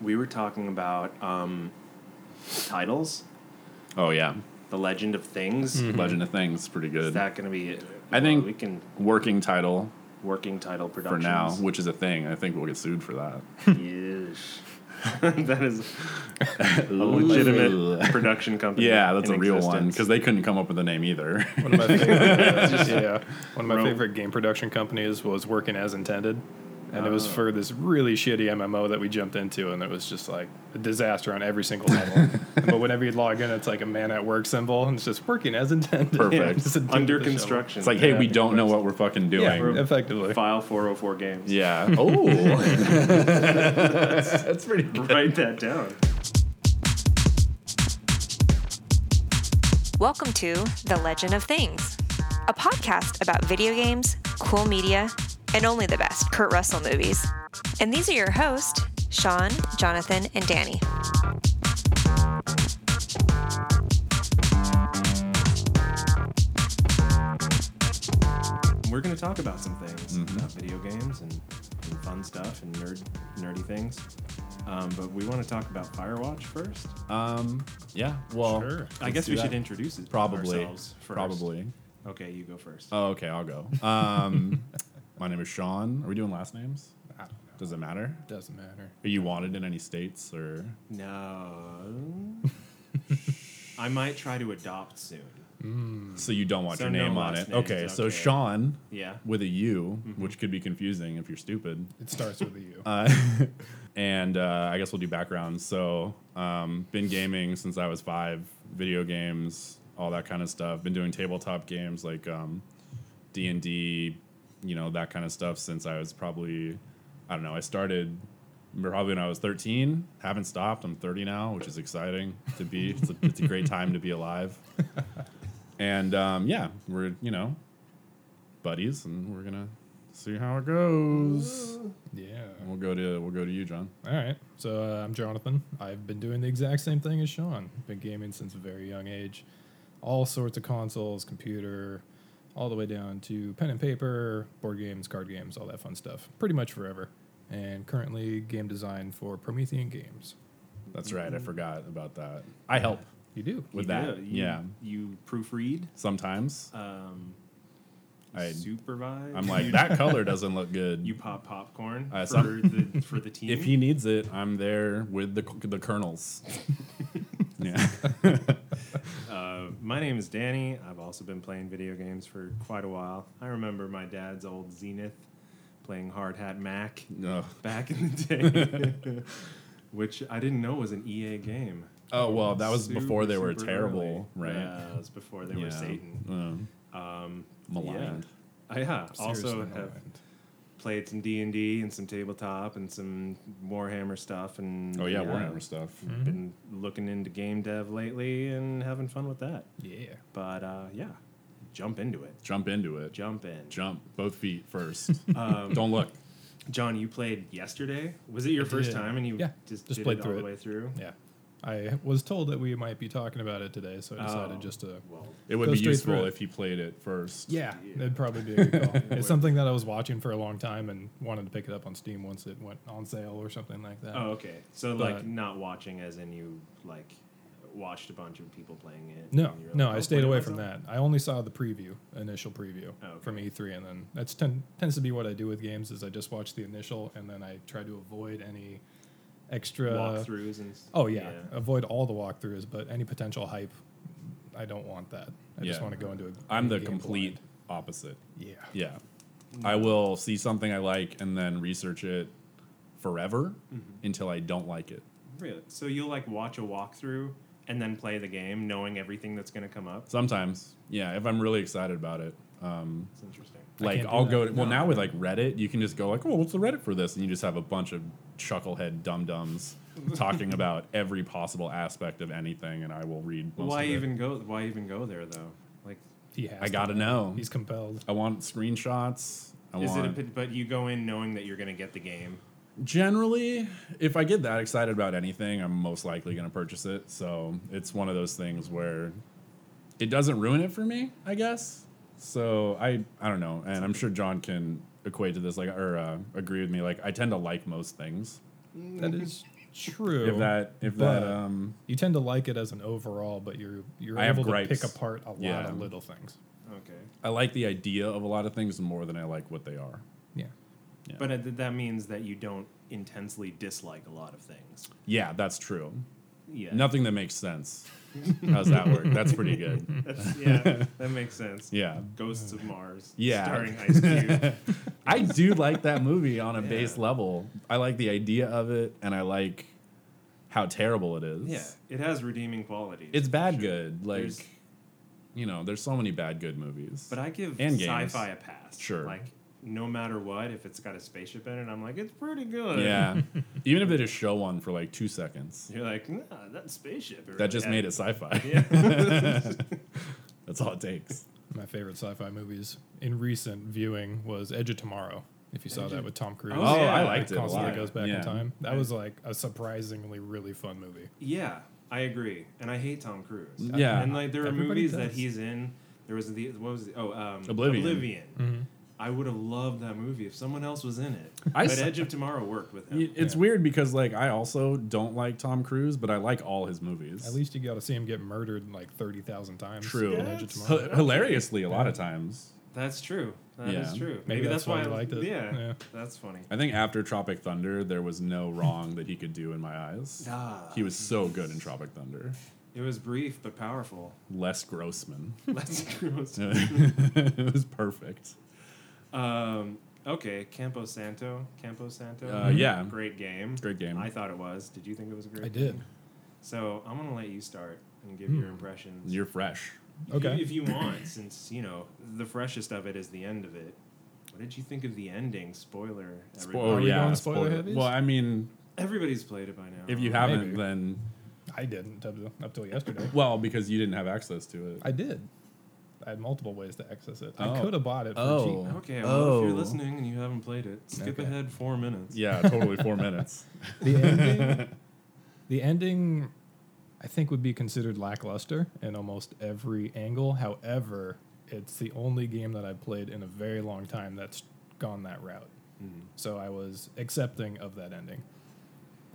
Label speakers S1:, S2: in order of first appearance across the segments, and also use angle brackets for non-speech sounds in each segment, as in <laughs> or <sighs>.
S1: we were talking about um, titles,
S2: Oh yeah,
S1: the Legend of Things.
S2: Legend of Things, pretty
S1: Is
S2: good.
S1: that going to be?
S2: I
S1: well,
S2: think-
S1: we can
S2: Working title
S1: working title
S2: for
S1: productions
S2: now, which is a thing. I think we'll get sued
S1: <laughs>
S2: for that.
S1: Yes. <laughs> that is a legitimate
S2: <laughs>
S1: production company.
S2: Yeah, that's
S1: in
S2: a real one
S1: existence.
S2: because they couldn't come up with a name either. <laughs>
S3: One of my
S1: <laughs>
S3: favorite, yeah, one of my
S1: Rome.
S3: favorite game production companies was Working as Intended, and it was
S1: Oh.
S3: for this really shitty MMO that we jumped into, and it was just like a disaster on every single level.
S1: <laughs>
S3: but whenever you log in, it's like a man at work symbol, and it's just working as intended. <laughs>
S2: Perfect.
S3: Just a dude
S1: under
S3: with a shovel.
S1: construction.
S2: It's like, hey,
S3: Yeah,
S2: we
S3: I think
S2: don't
S3: it
S2: know
S3: works.
S2: what we're fucking
S3: Yeah,
S2: doing.
S3: effectively.
S1: file 404 games.
S2: Yeah. Oh, <laughs> that's pretty
S1: <laughs> <laughs>
S2: good.
S1: Write that down.
S4: Welcome to The Legend of Things, a podcast about video games, cool media, and only the best Kurt Russell movies. And these are your hosts, Sean, Jonathan, and Danny.
S1: We're going to talk about some things
S2: Mm-hmm.
S1: about video games and, and fun stuff and nerd nerdy things. Um, but we want to talk about Firewatch first.
S2: Um, yeah. Well,
S3: Sure.
S1: I
S2: let's
S1: guess
S2: do
S1: we
S2: that.
S1: should introduce it
S2: probably
S1: ourselves first.
S2: probably.
S1: Okay, you go first.
S2: Oh, okay, I'll go. Um, <laughs> my name is Sean. Are we doing last names?
S3: I don't know.
S2: Does it matter?
S3: Doesn't matter.
S2: Are you wanted in any states or? <laughs>
S1: No. I might try to adopt soon.
S2: So you don't want
S1: So
S2: your
S1: no
S2: name on
S1: last
S2: it.
S1: names,
S2: Okay, so
S1: okay. Mm-hmm.
S2: Sean
S1: Yeah.
S2: with a U, which could be confusing if you're stupid.
S3: It starts with a U.
S2: Uh, <laughs> and uh, I guess we'll do background. So, um, been gaming since I was five, video games, all that kind of stuff. Been doing tabletop games like um, D and D, you know, that kind of stuff since I was probably, I don't know, I started probably when I was 13. Haven't stopped. I'm 30 now, which is exciting to be. It's a, it's a great time to be alive. And um, yeah, we're you know, buddies, and we're gonna see how it goes.
S3: yeah.
S2: We'll go to we'll go to you, John.
S3: All right. So uh, I'm Jonathan. I've been doing the exact same thing as Sean. Been gaming since a very young age. All sorts of consoles, computer, all the way down to pen and paper, board games, card games, all that fun stuff. Pretty much forever. And currently game design for Promethean Games.
S2: That's right. I forgot about that. I help
S3: You do.
S2: with
S1: Mm-hmm. You
S2: that.
S1: do. You-
S2: Yeah.
S1: You proofread,
S2: Sometimes
S1: um, you
S2: I
S1: supervise.
S2: I'm like
S1: <laughs>
S2: that color doesn't look good.
S1: you pop popcorn
S2: Uh,
S1: for
S2: some-
S1: the
S2: <laughs>
S1: for the team.
S2: if he needs it, I'm there with the c-
S1: <laughs>
S2: the kernels. yeah. <laughs>
S1: uh, my name is Danny. I've also been playing video games for quite a while. I remember my dad's old Zenith, playing Hard Hat Mac
S2: Ugh.
S1: back in the
S2: <laughs>
S1: day, <laughs> which I didn't know was an EA game.
S2: Oh well, that was
S1: Super,
S2: before they were
S1: super
S2: terrible,
S1: early.
S2: right?
S1: Yeah, it was before they were
S2: Yeah.
S1: Satan.
S2: Um, maligned.
S1: Yeah. I yeah.
S3: Uh, Seriously,
S1: Also
S3: no
S1: have
S3: mind.
S1: played some D and D and some tabletop and some Warhammer stuff and
S2: Oh yeah, Warhammer stuff.
S1: Been looking into game dev lately and having fun with that.
S3: Yeah.
S1: But uh, yeah, jump into it.
S2: Jump into it. Jump.
S1: Jump in.
S2: both feet
S1: <laughs>
S2: first.
S1: Um,
S2: Don't look.
S1: John, you played yesterday. Was it your first
S3: did.
S1: time? And you
S3: Yeah,
S1: just,
S3: just
S1: did
S3: played
S1: it
S3: through
S1: all
S3: it.
S1: the way through.
S3: Yeah. I was told that we might be talking about it today, so I decided
S1: Oh,
S3: just to
S1: Well,
S2: It would
S3: Go
S2: be
S3: straight through
S2: useful
S3: it.
S2: if he played it first.
S3: Yeah,
S1: Yeah.
S3: that'd probably be a good call.
S2: <laughs>
S3: it's something that I was watching for a long time and wanted to pick it up on Steam once it went on sale or something like that.
S1: oh okay. So
S3: Uh, But-
S1: like not watching, as in you like watched a bunch of people playing it.
S3: No,
S1: and you're
S3: no,
S1: like, "Oh,
S2: "Oh,
S3: I
S1: "I'll
S3: stayed
S1: play it
S3: away from
S1: myself."
S3: that. I only saw the preview, initial preview
S1: Oh, okay.
S3: from E3, and then that's ten, tends to be what I do with games is I just watch the initial and then I try to avoid any extra
S1: Walkthroughs and. s-
S3: uh, Oh yeah, avoid all the walkthroughs, but any potential hype, I don't want that. I just
S2: Yeah.
S3: want to go into a.
S2: I'm
S3: a
S2: the
S3: game
S2: complete
S3: blind.
S2: opposite.
S3: Yeah.
S2: Yeah. I will see something I like and then research it forever
S3: Mm-hmm.
S2: until I don't like it.
S1: Really? So you'll like watch a walkthrough and then play the game, knowing everything that's going to come up.
S2: Sometimes, yeah, if I'm really excited about it. Um,
S1: It's interesting.
S2: like
S3: can't do
S2: I'll go
S3: that.
S2: to, well now with like Reddit, you can just go like, "Oh, what's the Reddit for this?" and you just have a bunch of chucklehead
S3: <laughs>
S2: dum-dums talking about every possible aspect of anything and I will read most
S1: Why
S2: of it.
S1: even go? Why even go there though? Like,
S3: He has.
S2: I got to
S3: to.
S2: know.
S3: He's compelled.
S2: I want screenshots. I
S1: is it?
S2: want
S1: A, pit- but you go in knowing that you're going to get the game.
S2: generally if i get that excited about anything i'm most likely going to purchase it so it's one of those things where it doesn't ruin it for me i guess so i i don't know and i'm sure john <laughs> can equate to this like or uh, agree with me like i tend to like most things
S3: That is True.
S2: If that, if
S3: But-
S2: that, um,
S3: you tend to like it as an overall, but you're you're
S2: I have
S3: able to
S2: gripes.
S3: pick apart a lot
S2: Yeah.
S3: of little things.
S1: Okay.
S2: I like the idea of a lot of things more than I like what they are.
S3: Yeah.
S1: But uh, th- that means that you don't intensely dislike a lot of things.
S2: Yeah, that's true.
S1: Yeah.
S2: Nothing that makes sense. How's that work? That's pretty good.
S1: <laughs> That's, yeah, that makes sense.
S2: <laughs> Yeah.
S1: Ghosts of Mars.
S2: Yeah.
S1: Starring Ice
S2: <laughs>
S1: Cube.
S2: I do like that movie on a
S1: Yeah.
S2: base level. I like the idea of it and I like how terrible it is.
S1: yeah, it has redeeming qualities.
S2: It's bad good. Like
S1: There's-
S2: you know, there's so many bad good movies.
S1: but I give
S2: And games.
S1: sci-fi a pass.
S2: Sure.
S1: Like no matter what, if it's got a spaceship in it, I'm like, it's pretty good.
S2: yeah. Even if they just show one for like two seconds.
S1: <laughs> You're like, nah, that spaceship.
S2: That just made
S1: <laughs>
S2: it sci fi. <laughs> That's all it takes.
S3: My favorite sci-fi movies in recent viewing was Edge of Tomorrow. If you saw that with Tom Cruise.
S1: Oh,
S2: Oh,
S1: yeah.
S2: I
S3: Like,
S2: liked it. A
S3: constantly
S2: lot.
S3: goes back
S2: Yeah.
S3: in time. That was like a surprisingly really fun movie.
S1: Yeah, I agree, and I hate Tom Cruise.
S2: Yeah.
S1: and like there are
S3: Everybody
S1: movies that
S3: does.
S1: he's in. There was the what was the, oh um,
S2: Oblivion.
S3: Mm-hmm.
S1: I would have loved that movie if someone else was in it.
S2: I
S1: but
S2: saw-
S1: Edge of Tomorrow worked with him.
S2: Y- It's weird because like I also don't like Tom Cruise, but I like all his movies.
S3: At least you got to see him get murdered like thirty thousand times.
S2: True.
S3: in Edge of
S1: That's-
S3: Tomorrow.
S2: H- hilariously, a lot of times.
S1: That's true. That is
S2: Yeah.
S1: true.
S3: Maybe that's why
S1: I
S3: you liked it.
S1: Yeah,
S3: Yeah.
S1: that's funny.
S2: I think after Tropic Thunder, there was no wrong that he could do in my
S1: <laughs>
S2: eyes.
S1: Ah.
S2: He was so good in Tropic Thunder.
S1: It was brief but powerful. <laughs>
S2: Les Grossman. <laughs>
S1: That's gross.
S2: it was perfect.
S1: um, okay, Campo Santo. Campo Santo. Mm-hmm.
S2: Uh, yeah.
S1: great game.
S2: Great game.
S1: I thought it was. Did you think it was a great?
S3: I did. Hmm.
S1: game? So I'm gonna let you start and give your impressions.
S2: You're fresh.
S1: If-
S3: Okay.
S1: If you want, since you know the freshest of it is the end of it. What did you think of the ending? Spoiler.
S2: Spoil-
S3: Are we
S2: Oh, yeah,
S3: going spoiler heavies?
S2: Well, I mean,
S1: Everybody's played it by now.
S2: if you haven't,
S3: Maybe.
S2: then
S3: I didn't up till, up till yesterday.
S2: well, because you didn't have access to it.
S3: I did. I had multiple ways to access it. I
S2: Oh.
S3: could have bought it for
S2: Oh.
S3: cheap.
S1: Okay, well, if
S2: Oh.
S1: you're listening and you haven't played it, skip
S3: Okay.
S1: ahead four minutes.
S2: yeah, totally four <laughs> minutes.
S3: The ending, the ending, I think would be considered lackluster in almost every angle. However, it's the only game that I've played in a very long time that's gone that route. So I was accepting of that ending.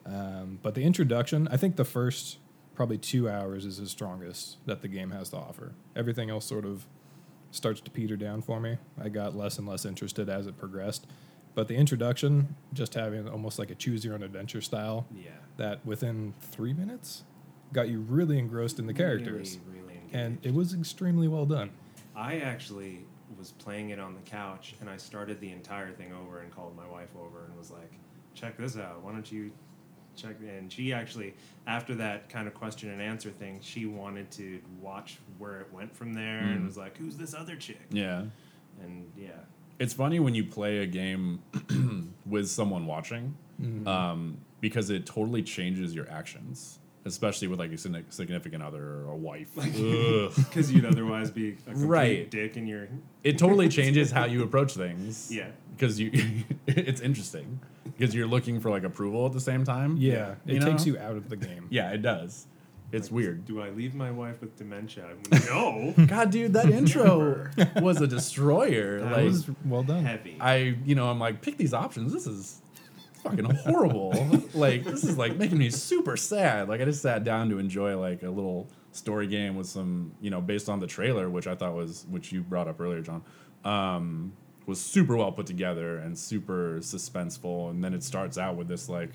S3: Um, but the introduction, I think the first probably two hours is the strongest that the game has to offer. Everything else sort of starts to peter down for me. I got less and less interested as it progressed. But the introduction, just having almost like a choose your own adventure style,
S1: Yeah.
S3: that within three minutes got you really engrossed in the characters.
S1: Really, really engaged.
S3: And it was extremely well done.
S1: I actually was playing it on the couch and I started the entire thing over and called my wife over and was like, check this out. Why don't you check? And she actually, after that kind of question and answer thing, she wanted to watch where it went from there and
S2: Mm.
S1: was like, who's this other chick?
S2: Yeah.
S1: And
S2: <laughs>
S1: yeah.
S2: It's funny when you play a game <clears throat> with someone watching
S3: Mm-hmm.
S2: um, because it totally changes your actions, especially with like a signi- significant other or a wife.
S3: <laughs>
S2: Ugh.
S1: Because you'd otherwise be a complete
S2: Right.
S1: dick and you're.
S2: it
S3: <laughs>
S2: totally changes how you approach things.
S1: Yeah.
S2: Because you, <laughs> it's interesting because you're looking for like approval at the same time.
S3: Yeah, it
S2: know?
S3: takes you out of the game.
S2: Yeah, it does. It's weird.
S1: Do I leave my wife with dementia? I'm like, <laughs> no.
S2: <laughs> God, dude, that intro was a destroyer.
S1: That
S2: like,
S3: <laughs> It was well done.
S1: Heavy.
S2: I, you know, I'm like, pick these options. This is fucking horrible. like, this is like making me super sad. Like, I just sat down to enjoy like a little story game with some, you know, based on the trailer, which I thought was, which you brought up earlier, John, um, was super well put together and super suspenseful. And then it starts out with this like,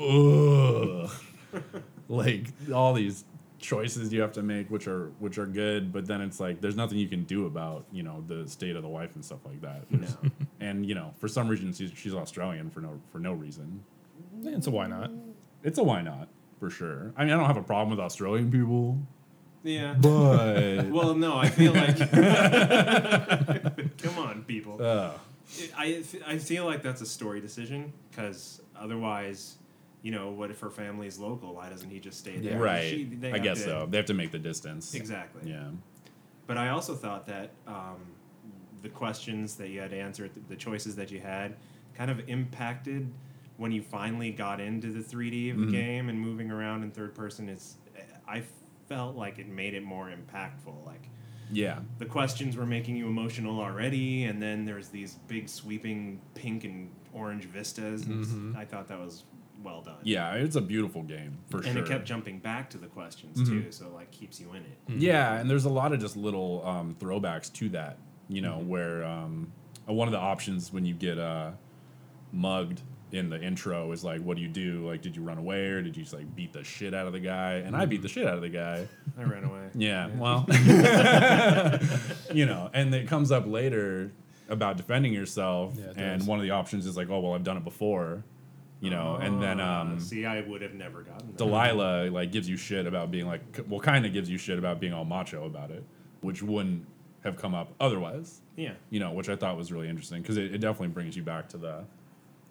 S2: ugh, like all these choices you have to make which are which are good but then it's like there's nothing you can do about you know the state of the wife and stuff like that There's- <laughs> and you know for some reason she's, she's australian for no for no reason
S3: And so why not?
S2: it's a why not for sure i mean i don't have a problem with australian
S3: <laughs>
S2: people
S1: Yeah.
S2: but
S1: Well, no, I feel like.
S2: <laughs>
S1: Come on, people.
S2: uh,
S1: I, I feel like that's a story decision because otherwise, you know, what if her family's local? Why doesn't he just stay there?
S2: right
S1: She- they
S2: i
S1: have
S2: guess
S1: to-
S2: so they have to make the distance
S1: Exactly.
S2: yeah
S1: But I also thought that um, the questions that you had to answer, th- the choices that you had, kind of impacted when you finally got into the 3D
S2: Mm-hmm.
S1: of the game and moving around in third person. Is I felt like it made it more impactful. Like
S2: yeah
S1: the questions were making you emotional already, and then there's these big sweeping pink and orange vistas. And I thought that was well done.
S2: Mm-hmm. Yeah, it's a beautiful game for
S1: and
S2: sure. Mm-hmm.
S1: it kept jumping back to the questions too, so like keeps you in it.
S3: Mm-hmm.
S2: Yeah, and there's a lot of just little um, throwbacks to that, you know,
S3: Mm-hmm.
S2: where um, uh, one of the options when you get uh, mugged in the intro is like, what do you do? Like, did you run away or did you just like beat the shit out of the guy? And I beat
S3: Mm-hmm.
S2: the shit out of the guy.
S1: I ran away.
S2: <laughs> Yeah,
S3: <laughs>
S2: well, you know, and it comes up later about defending yourself,
S3: Yeah, it
S2: and
S3: does.
S2: one of the options is like, oh well, I've done it before, you know, and then
S1: Ah,
S2: um,
S1: see, I would have never gotten that.
S2: Delilah like gives you shit about being like c- well kind of gives you shit about being all macho about it, which wouldn't have come up otherwise.
S1: Yeah,
S2: You know, which I thought was really interesting because it, it definitely brings you back to the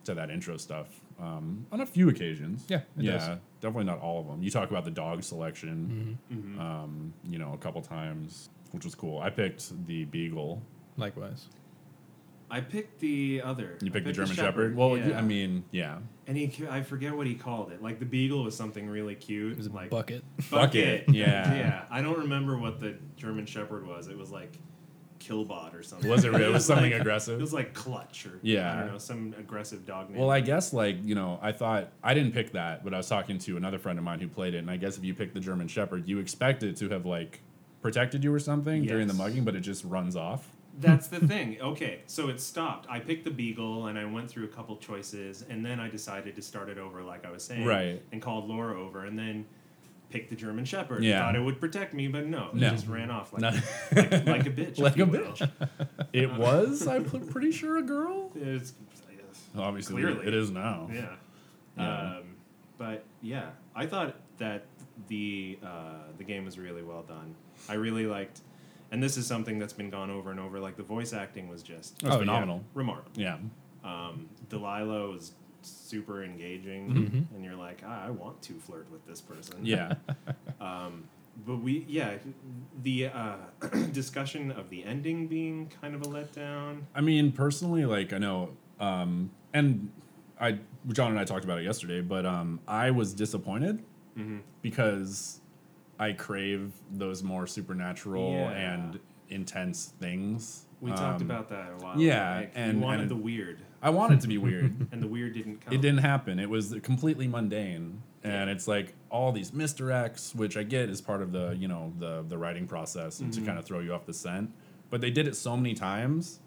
S2: to that intro stuff um, on a few occasions.
S3: Yeah, it
S2: yeah,
S3: does.
S2: definitely not all of them. You talk about the dog selection,
S3: Mm-hmm.
S2: um, you know, a couple times, which was cool. I picked the beagle.
S3: Likewise.
S1: I picked the other.
S2: You
S1: I
S2: picked, the German shepherd. Well,
S1: yeah.
S2: I mean, yeah,
S1: and he, I forget what he called it. Like the beagle was something really cute.
S3: It was a
S1: like
S3: bucket.
S1: bucket.
S2: Bucket, yeah.
S1: yeah. I don't remember what the German shepherd was. It was like Killbot or something.
S2: was it? It was
S1: <laughs>
S2: something
S1: like-
S2: aggressive.
S1: It was like Clutch or I
S2: Yeah.
S1: don't know some aggressive dog name.
S2: Well, I guess like you know, I thought I didn't pick that, but I was talking to another friend of mine who played it, and I guess if you pick the German Shepherd, you expect it to have like protected you or something during the
S1: Yes.
S2: mugging, but it just runs off.
S1: That's
S2: <laughs>
S1: the thing. Okay, so it stopped. I picked the beagle and I went through a couple choices, and then I decided to start it over, like I was saying,
S2: Right.
S1: And called Laura over, and then picked the German Shepherd.
S2: Yeah.
S1: thought it would protect me, but no,
S2: No.
S1: it just ran off like,
S2: No.
S1: like,
S2: <laughs>
S1: like a bitch. if
S2: Like
S1: you
S2: a
S1: will.
S2: bitch. It was, I'm pl- pretty sure, a girl.
S1: It's, <laughs>
S2: Obviously,
S1: Clearly.
S2: it is now.
S1: yeah.
S2: Yeah.
S1: Um, but yeah, I thought that the uh, the game was really well done. I really liked, and this is something that's been gone over and over. Like the voice acting was just
S2: It was
S3: Oh, yeah.
S2: phenomenal.
S1: remarkable.
S2: Yeah.
S1: um, Delilah was super engaging, and you're like, ah, I want to flirt with this person.
S2: Yeah.
S1: Um, but we, yeah, the uh, <clears throat> discussion of the ending being kind of a letdown.
S2: I mean, personally, like I know, um, and I John and I talked about it yesterday, but um, I was disappointed
S1: Mm-hmm.
S2: because I crave those more supernatural
S1: Yeah.
S2: and intense things.
S1: We talked
S2: Um,
S1: about that a while.
S2: yeah,
S1: back.
S2: and-
S1: we wanted
S2: and-
S1: the weird,
S2: I want
S1: <laughs>
S2: it to be weird.
S1: and the weird didn't come.
S2: it didn't happen. It was completely mundane, and it's like all these misdirects, which I get is part of the you know the the writing process and
S1: Mm-hmm.
S2: to kind of throw you off the scent. But they did it so many times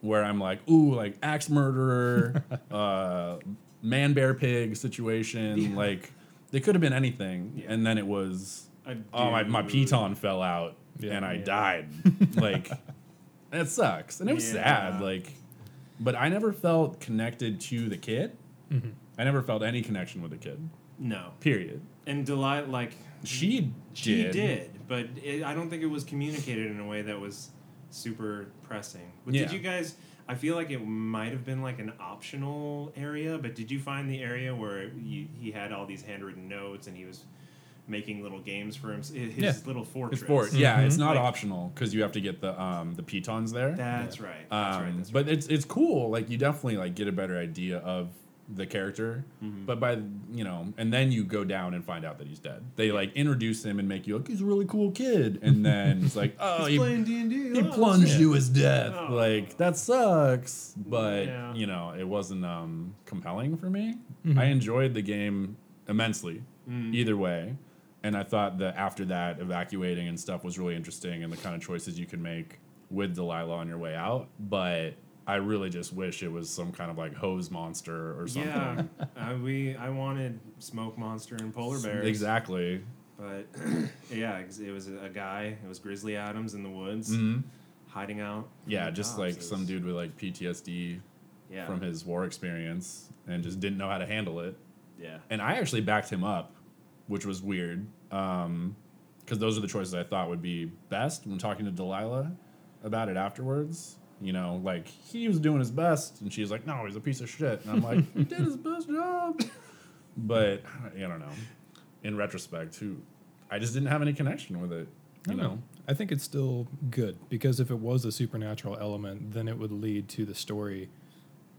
S2: where I'm like, ooh, like
S1: <laughs>
S2: axe murderer, uh, man bear pig situation.
S1: Yeah.
S2: Like they could have been anything,
S1: Yeah.
S2: and then it was
S1: A
S2: oh my my
S1: dude-
S2: piton fell out
S3: Yeah.
S2: and I
S1: Yeah. <laughs>
S2: died. like that sucks, and it was sad.
S1: Yeah.
S2: Like, but I never felt connected to the kid.
S1: Mm-hmm.
S2: I never felt any connection with the kid.
S1: No,
S2: Period.
S1: and Delilah, like
S2: She
S1: she
S2: did.
S1: did, but it, I don't think it was communicated in a way that was super pressing. But
S2: Yeah.
S1: Did you guys? I feel like it might have been like an optional area, but did you find the area where you, he had all these handwritten notes and he was making little games for him? His
S3: Yeah.
S1: little fortress.
S2: It's for yeah. It's not
S1: Mm-hmm. Like-
S2: optional because you have to get the um the pitons there.
S1: That's right. That's right.
S2: Um,
S1: That's right.
S2: but it's it's cool. Like you definitely like get a better idea of the character.
S1: Mm-hmm.
S2: But by you know, and then you go down and find out that he's dead. They like introduce him and make you like he's a really cool kid, and then it's
S1: <laughs>
S2: like oh
S1: He's
S2: he,
S1: playing D and D.
S2: he plunged you his death.
S1: Oh.
S2: Like that sucks. But
S1: Yeah.
S2: you know, it wasn't um compelling for me. I enjoyed the game immensely.
S1: Mm.
S2: Either way. And I thought that after that, evacuating and stuff was really interesting and the kind of choices you could make with Delilah on your way out. But I really just wish it was some kind of like hose monster or something.
S1: Yeah, I, we I wanted smoke monster and polar bears.
S2: Exactly.
S1: But <clears throat> yeah, ex- it was a guy. It was Grizzly Adams in the woods, hiding out. from
S2: Mm-hmm. Yeah,
S1: the
S2: just
S1: cops. It
S2: like
S1: was-
S2: some dude with like PTSD
S1: yeah, Mm-hmm.
S2: from his war experience and just didn't know how to handle it.
S1: Yeah,
S2: and I actually backed him up, which was weird, because those are the choices I thought would be best. When talking to Delilah about it afterwards, you know, like he was doing his best, and she's like, "No, he's a piece of shit," and I'm like, "He did his best job," but I don't know. In retrospect, who I just didn't have any connection with it,
S3: I
S2: you
S3: don't
S2: know.
S3: I think it's still good because if it was a supernatural element, then it would lead to the story,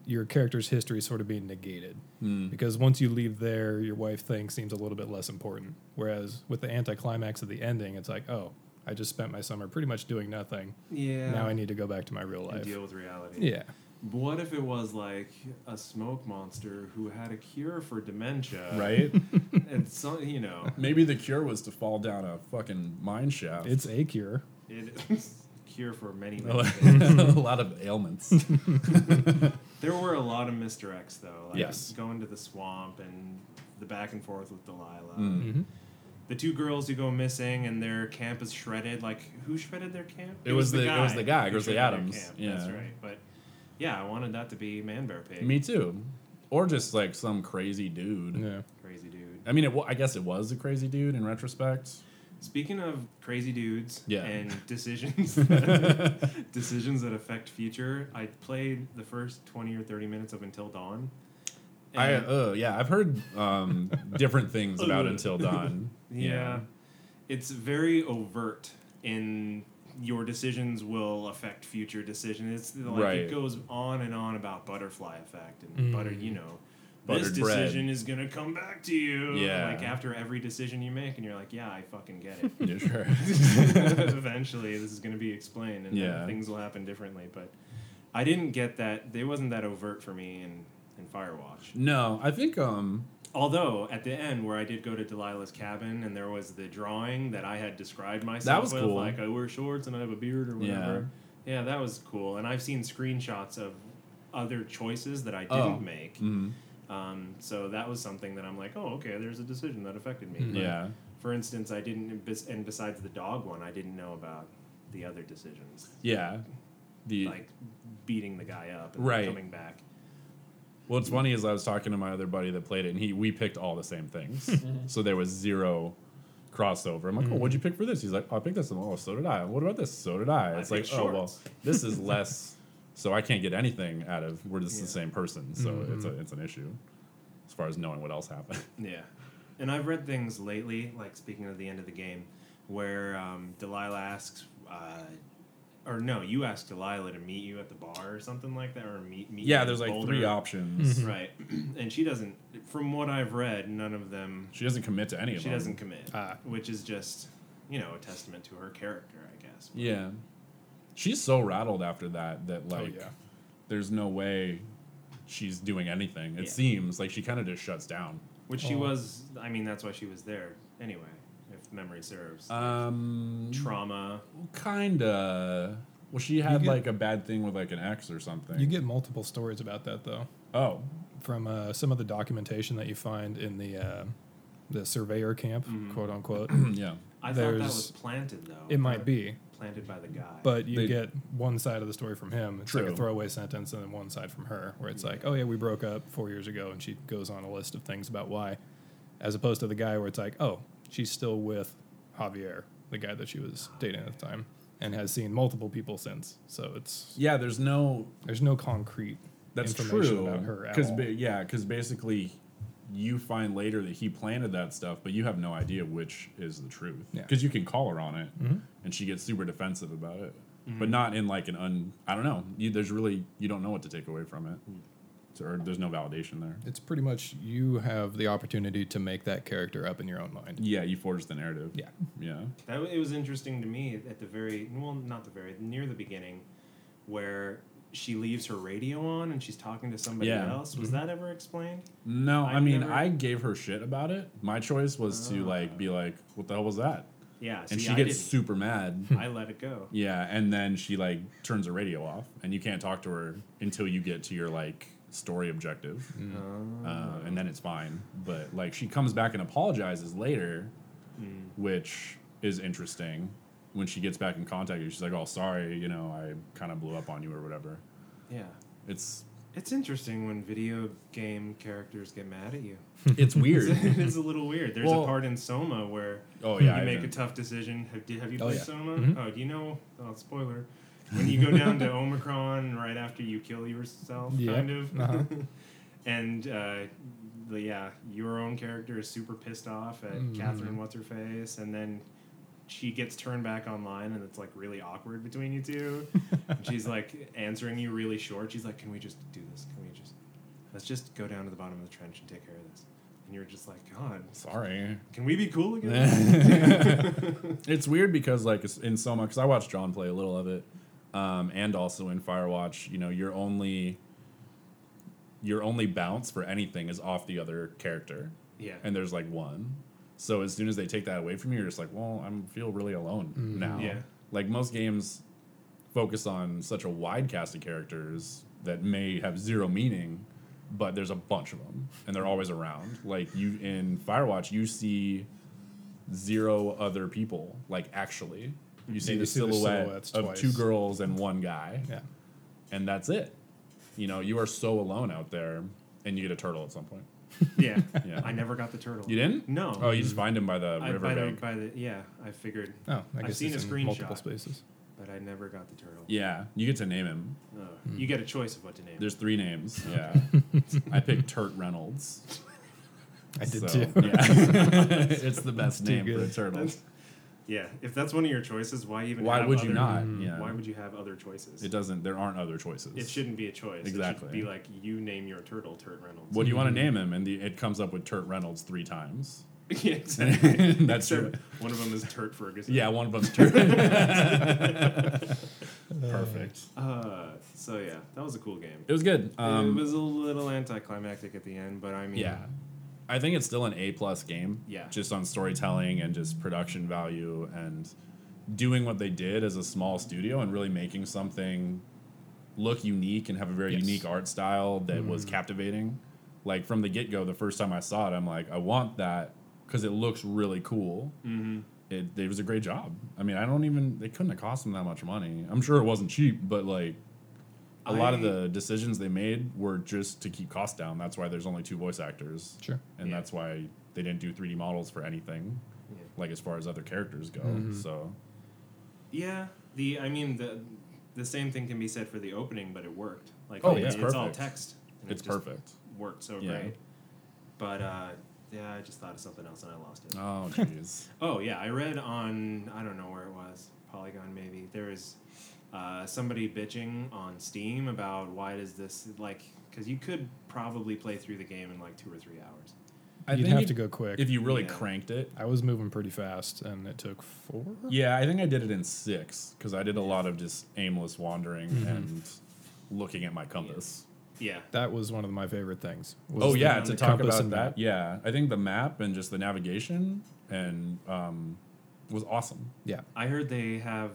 S3: your character's history sort of being negated. Because once you leave there, your wife thing seems a little bit less important. Whereas with the anticlimax of the ending, it's like, oh, I just spent my summer pretty much doing nothing.
S1: yeah.
S3: Now I need to go back to my real life.
S1: deal with reality.
S3: Yeah.
S1: What if it was like a smoke monster who had a cure for dementia?
S2: right?
S1: And so you know,
S2: Maybe the cure was to fall down a fucking mine shaft.
S3: It's a cure.
S1: it <laughs> is cure for many.
S2: <laughs> a <laughs>
S1: many things.
S2: lot of ailments.
S1: There were a lot of Mr. X though. Like
S2: Yes.
S1: Going to the swamp and the back and forth with Delilah.
S2: Mm.
S3: Mhm.
S1: The two girls who go missing and their camp is shredded. Like who shredded their camp?
S2: It was the- it was the guy,
S1: who
S2: Grizzly
S1: shredded their
S2: Adams.
S1: camp,
S2: Yeah.
S1: That's right. But yeah, I wanted that to be Man Bear Pig.
S2: Me too. Or just like some crazy dude.
S3: Yeah.
S1: Crazy dude.
S2: I mean, it, wa- I guess it was a crazy dude in <laughs> retrospect.
S1: Speaking of crazy dudes
S2: Yeah. <laughs>
S1: and decisions, decisions that affect future, I played the first twenty or thirty minutes of Until Dawn.
S2: I
S1: And-
S2: uh, yeah, I've heard um, different things about Until Dawn.
S1: Yeah. It's very overt in your decisions will affect future decisions. It's like
S2: Right.
S1: it goes on and on about butterfly effect and butter, you know. this
S2: Buttered bread.
S1: decision is gonna come back to you.
S2: Yeah.
S1: Like after every decision you make and you're like, Yeah, I fucking get
S2: <laughs>
S1: it.
S2: <laughs>
S1: <laughs>
S2: Yeah, sure.
S1: Eventually this is gonna be explained and
S2: Yeah.
S1: then things will happen differently. But I didn't get that they wasn't that overt for me in, in Firewatch.
S2: No, I think um
S1: Although at the end, where I did go to Delilah's cabin, and there was the drawing that I had described myself
S2: was
S1: with,
S2: cool.
S1: like I wear shorts and I have a beard or whatever. Yeah. that was cool. And I've seen screenshots of other choices that I didn't
S2: Oh.
S1: make.
S2: mhm.
S1: Um, so that was something that I'm like, oh, okay, there's a decision that affected me. But,
S2: Mm-hmm. yeah.
S1: For instance, I didn't, bes- and besides the dog one, I didn't know about the other decisions,
S2: Yeah. The
S1: like beating the guy up and
S2: Right.
S1: coming back.
S2: what's funny is I was talking to my other buddy that played it and he we picked all the same
S1: <laughs>
S2: things.
S1: Mm-hmm.
S2: so there was zero crossover. I'm like, "Oh, what'd you pick for this?" He's like, "Oh, I picked this one. Oh, so did I. What about this? So did I."
S1: I
S2: It's like,
S1: picked
S2: "Oh, well,
S1: shorts. <laughs>
S2: this is less so I can't get anything out of we're just the
S1: Yeah. Mm-hmm.
S2: same person." So it's a, it's an issue as far as knowing what
S1: <laughs>
S2: else happened.
S1: Yeah. And I've read things lately, like speaking of the end of the game, where um, Delilah asks, uh, or no, you ask Delilah to meet you at the bar or something like that, or meet meet. you
S2: yeah,
S1: in
S2: there's like
S1: Boulder.
S2: three options.
S1: <clears throat> Right, and she doesn't. From what I've read, none of them.
S2: She doesn't commit to any of
S1: She
S2: them.
S1: doesn't commit,
S3: Ah.
S1: which is just, you know, a testament to her character, I guess.
S2: Yeah. She's so rattled after that that
S3: Oh
S2: like
S3: yeah.
S2: there's no way she's doing anything. It
S1: Yeah.
S2: seems like she kind of just shuts down.
S1: Which she
S3: Oh.
S1: was. I mean, that's why she was there anyway, if memory serves.
S2: Um
S1: Trauma.
S2: kinda well she had
S3: get-
S2: like a bad thing with like an ex or something.
S3: You get multiple stories about that though.
S2: Oh.
S3: from uh, some of the documentation that you find in the uh, the surveyor camp, quote unquote.
S2: yeah.
S1: I thought that
S3: There's-
S1: was planted though.
S3: it might be,
S1: planted by the guy.
S3: but you
S2: They-
S3: get one side of the story from him. It's like
S2: True.
S3: a throwaway sentence, and then one side from her, where it's like, "Oh yeah, we broke up four years ago," and she goes on a list of things about why, as opposed to the guy where it's like, "Oh, she's still with Javier, the guy that she was dating at the time." And has seen multiple people since, so it's
S2: Yeah, there's no
S3: there's no concrete
S2: that's
S3: information
S2: true.
S3: about her. at
S2: Cuz
S3: all.
S2: yeah, cuz basically you find later that he planted that stuff, but you have no idea which is the truth.
S3: Yeah. Mm-hmm.
S2: Because you can call her on it, and she gets super defensive about it, but not in like an un. I don't know. You, there's really you don't know what to take away from it, So- or there's no validation there.
S3: It's pretty much you have the opportunity to make that character up in your own mind.
S2: Yeah, you forged the narrative.
S3: Yeah.
S2: yeah,
S1: That it was interesting to me at the very well, not the very near the beginning, where she leaves her radio on and she's talking to somebody
S2: Yeah. Mm-hmm.
S1: else. Was that ever explained?
S2: no, I,
S1: I've
S2: mean,
S1: never-
S2: I gave her shit about it. My choice was to like be like, "What the hell was that?"
S1: Yeah, see,
S2: And she
S1: I
S2: gets
S1: didn't.
S2: super mad.
S1: I let it go.
S2: Yeah, and then she like turns her radio off, and you can't talk to her until you get to your like story objective, uh, and then it's fine. But like she comes back and apologizes later,
S1: Mm.
S2: which is interesting. When she gets back in contact, she's like, "Oh, sorry, you know, I kind of blew up on you or whatever."
S1: Yeah,
S2: It's
S1: it's interesting when video game characters get mad at you. <laughs>
S2: it's weird.
S1: it is a little weird. There's
S2: Well-
S1: a part in Soma where
S2: Oh, yeah,
S1: you
S2: I
S1: make a
S2: haven't-
S1: tough decision. Have, did, have you
S3: Oh,
S1: played
S3: yeah.
S1: Soma? Oh, do you know? Oh, spoiler. When you go down to Omicron right after you kill yourself,
S3: Yeah,
S1: kind of,
S3: uh-huh.
S1: <laughs> and uh, the, yeah, your own character is super pissed off at Catherine what's her face, and then she gets turned back online, and it's like really awkward between you two. And she's like answering you really short. She's like, "Can we just do this? Can we just let's just go down to the bottom of the trench and take care of this?" And you're just like, "God,
S2: sorry.
S1: can we be cool again?"
S2: <laughs> it's weird because like it's in Soma, because I watched John play a little of it. um, and also in Firewatch, you know, your only your only bounce for anything is off the other character,
S1: Yeah.
S2: and there's like one. So as soon as they take that away from you, you're just like, well, I feel really alone
S3: Mm-hmm.
S2: now.
S1: Yeah.
S2: Like most games focus on such a wide cast of characters that may have zero meaning, but there's a bunch of them, and they're always around. Like you in Firewatch, you see zero other people. Like actually, you see
S3: you
S2: the
S3: see their
S2: silhouette
S3: silhouettes
S2: of
S3: twice.
S2: two girls and one guy,
S3: Yeah.
S2: and that's it. You know, you are so alone out there, and you get a turtle at some point.
S1: yeah.
S2: Yeah.
S1: I never got the turtle.
S2: You didn't?
S1: No.
S2: Oh, you
S3: Mm-hmm.
S2: just find him by the
S1: I, by, the,
S2: riverbank.
S1: by the yeah, I figured,
S3: Oh, I
S1: I've
S3: guess
S1: seen
S3: it's
S1: a
S3: in multiple
S1: screenshot.
S3: spaces.
S1: but I never got the turtle.
S2: Yeah, Mm. you get to name him.
S1: Uh, You get a choice of what to name. it.
S2: There's three names.
S3: <laughs>
S2: Yeah, I picked Turt Reynolds.
S3: I did
S2: So,
S3: too.
S2: Yeah. it's the best
S3: too
S2: name for a
S3: good.
S2: turtle.
S1: That's- yeah, if that's one of your choices, why even?
S2: Why
S1: have
S2: would you
S1: other- Mm.
S2: not? Yeah.
S1: Why would you have other choices?
S2: It doesn't. There aren't other choices.
S1: It shouldn't be a choice.
S2: Exactly.
S1: It should be like you name your turtle Turt Reynolds. <laughs>
S2: What do you want to name him? And the, it comes up with Turt Reynolds three times. <laughs>
S1: yeah, exactly.
S2: That's
S1: Except
S2: true.
S1: One of them is Turt Ferguson.
S2: Yeah, one of
S1: <laughs>
S2: them's Turt. <laughs> Perfect.
S1: Uh, so yeah, that was a cool game.
S2: It was good. Um,
S1: it was a little anticlimactic at the end, but I mean,
S2: yeah, I think it's still an A plus game.
S1: Yeah.
S2: just on storytelling and just production value and doing what they did as a small studio and really making something look unique and have a very
S3: Yes.
S2: unique art style that was
S1: Mm-hmm.
S2: captivating. Like from the get go, the first time I saw it, I'm like, I want that because it looks really cool.
S1: mhm.
S2: It, it was a great job. I mean, I don't even, it couldn't have cost them that much money. I'm sure it wasn't cheap, but like a lot of
S1: I-
S2: the decisions they made were just to keep costs down. That's why there's only two voice actors.
S3: <laughs> Sure.
S2: And
S1: Yeah.
S2: that's why they didn't do 3D models for anything,
S1: Yeah.
S2: like as far as other characters go.
S3: Mm-hmm.
S2: So
S1: Yeah, the I mean the the same thing can be said for the opening, but it worked. Like
S2: Oh,
S1: it-
S2: yeah.
S1: it's,
S2: It's
S1: all
S2: perfect.
S1: text. and it
S2: it's
S1: just
S2: perfect.
S1: Worked so
S2: Yeah.
S1: great. But uh, yeah, I just thought of something else and I lost it.
S2: <laughs> Oh, jeez.
S1: Oh yeah, I read on I don't know where it was Polygon maybe there was uh, somebody bitching on Steam about why does this like because you could probably play through the game in like two or three hours.
S2: I
S3: You'd
S2: think
S3: have
S2: it-
S3: to go quick.
S2: if you really
S1: Yeah.
S2: cranked it.
S3: I was moving pretty fast, and it took four.
S2: Yeah, I think I did it in six because I did a lot of just aimless wandering
S3: Mm-hmm.
S2: and looking at my compass.
S1: Yeah,
S3: That was one of my favorite things. was
S2: Oh
S3: the-
S2: yeah,
S1: on
S2: to
S1: the
S2: talk
S3: compass
S2: about
S3: and
S2: that.
S3: map.
S2: Yeah, I think the map and just the navigation and um, was awesome.
S3: Yeah.
S1: I heard they have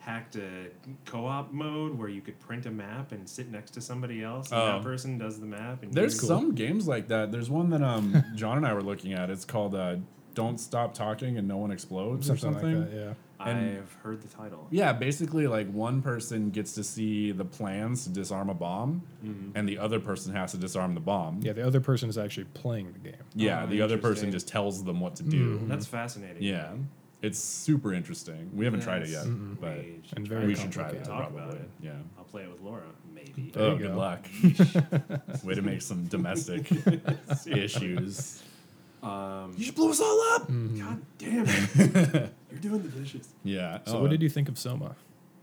S1: hacked a co-op mode where you could print a map and sit next to somebody else, and
S2: Oh.
S1: that person does the map. And
S2: There's
S1: you-
S2: some games like that. There's one that
S3: <laughs>
S2: um, John and I were looking at. It's called uh, "Don't Stop Talking and No One Explodes"
S3: Something,
S2: or something.
S3: like that. Yeah.
S2: and-
S1: I've heard the title.
S2: Yeah, basically, like one person gets to see the plans to disarm a bomb,
S3: Mm-hmm.
S2: and the other person has to disarm the bomb.
S3: Yeah. The other person is actually playing the game.
S2: Yeah,
S1: Oh,
S2: the other person
S1: interesting.
S2: just tells them what to do.
S3: Mm-hmm.
S1: That's fascinating.
S2: Mm-hmm. Yeah, it's super interesting. We haven't tried it yet,
S1: That's
S3: Mm-hmm.
S2: but
S1: rage.
S2: we
S3: And very
S2: should try that
S3: complicated.
S1: Talk about
S2: probably.
S1: it.
S2: Yeah.
S1: I'll play it with Laura,
S2: <laughs>
S1: maybe.
S3: There
S2: Oh,
S3: you
S2: good
S3: go.
S2: luck.
S3: <laughs>
S2: Way to make some domestic
S1: <laughs>
S2: issues.
S1: Um,
S2: You just blew us all up.
S3: Mm-hmm.
S1: God damn it! You're doing the dishes.
S2: <laughs> Yeah.
S3: mm. So
S2: oh,
S3: what did you think of Soma?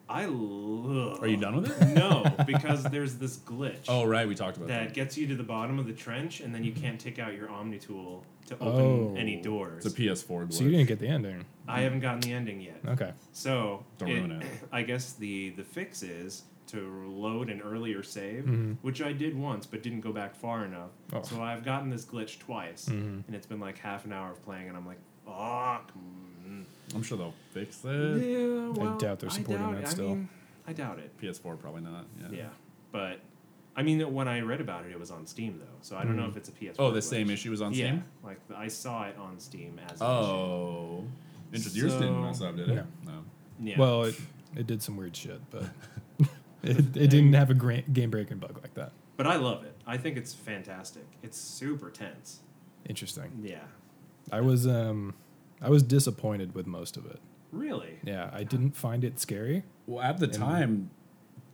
S1: I love.
S2: Are you done with
S1: <laughs>
S2: it?
S1: No, because there's this glitch
S2: oh, right. We talked about that.
S1: that gets you to the bottom of the trench, and then you can't take out your Omni tool to open
S3: Oh.
S1: any doors.
S2: It's a PS4 glitch.
S3: So you didn't get the ending.
S1: I haven't gotten the ending yet.
S3: Okay.
S1: So
S2: Don't ruin it.
S1: <clears throat> I guess the the fix is to load an earlier save, which I did once, but didn't go back far enough.
S3: Mm-hmm. Oh. Mm-hmm.
S1: So I've gotten this glitch twice, and it's been like half an hour of playing, and I'm like, fuck. mm."
S2: I'm sure they'll fix it.
S1: Yeah, well,
S3: Uh, doubt they're supporting
S1: doubt
S3: that
S1: it. I
S3: still.
S1: mean, I doubt it.
S2: PS4 probably not. Yeah.
S1: Yeah, but I mean, when I read about it, it was on Steam though, so I don't
S3: Mm-hmm.
S1: know if it's a PS.
S2: Oh, the same issue was on
S1: Yeah,
S2: Steam.
S1: like I saw it on Steam as. an
S2: Oh, interesting. Yours didn't
S1: So-
S2: mess up, did it? no.
S1: issue. Yeah.
S3: Well, it, it did some weird shit, but <laughs> it, it didn't have a gra- game breaking bug like that.
S1: but I love it. I think it's fantastic. It's super tense.
S3: Interesting.
S1: Yeah.
S3: I was um, I was disappointed with most of it.
S1: Really?
S3: Yeah, I didn't find it scary.
S2: Well, at the time,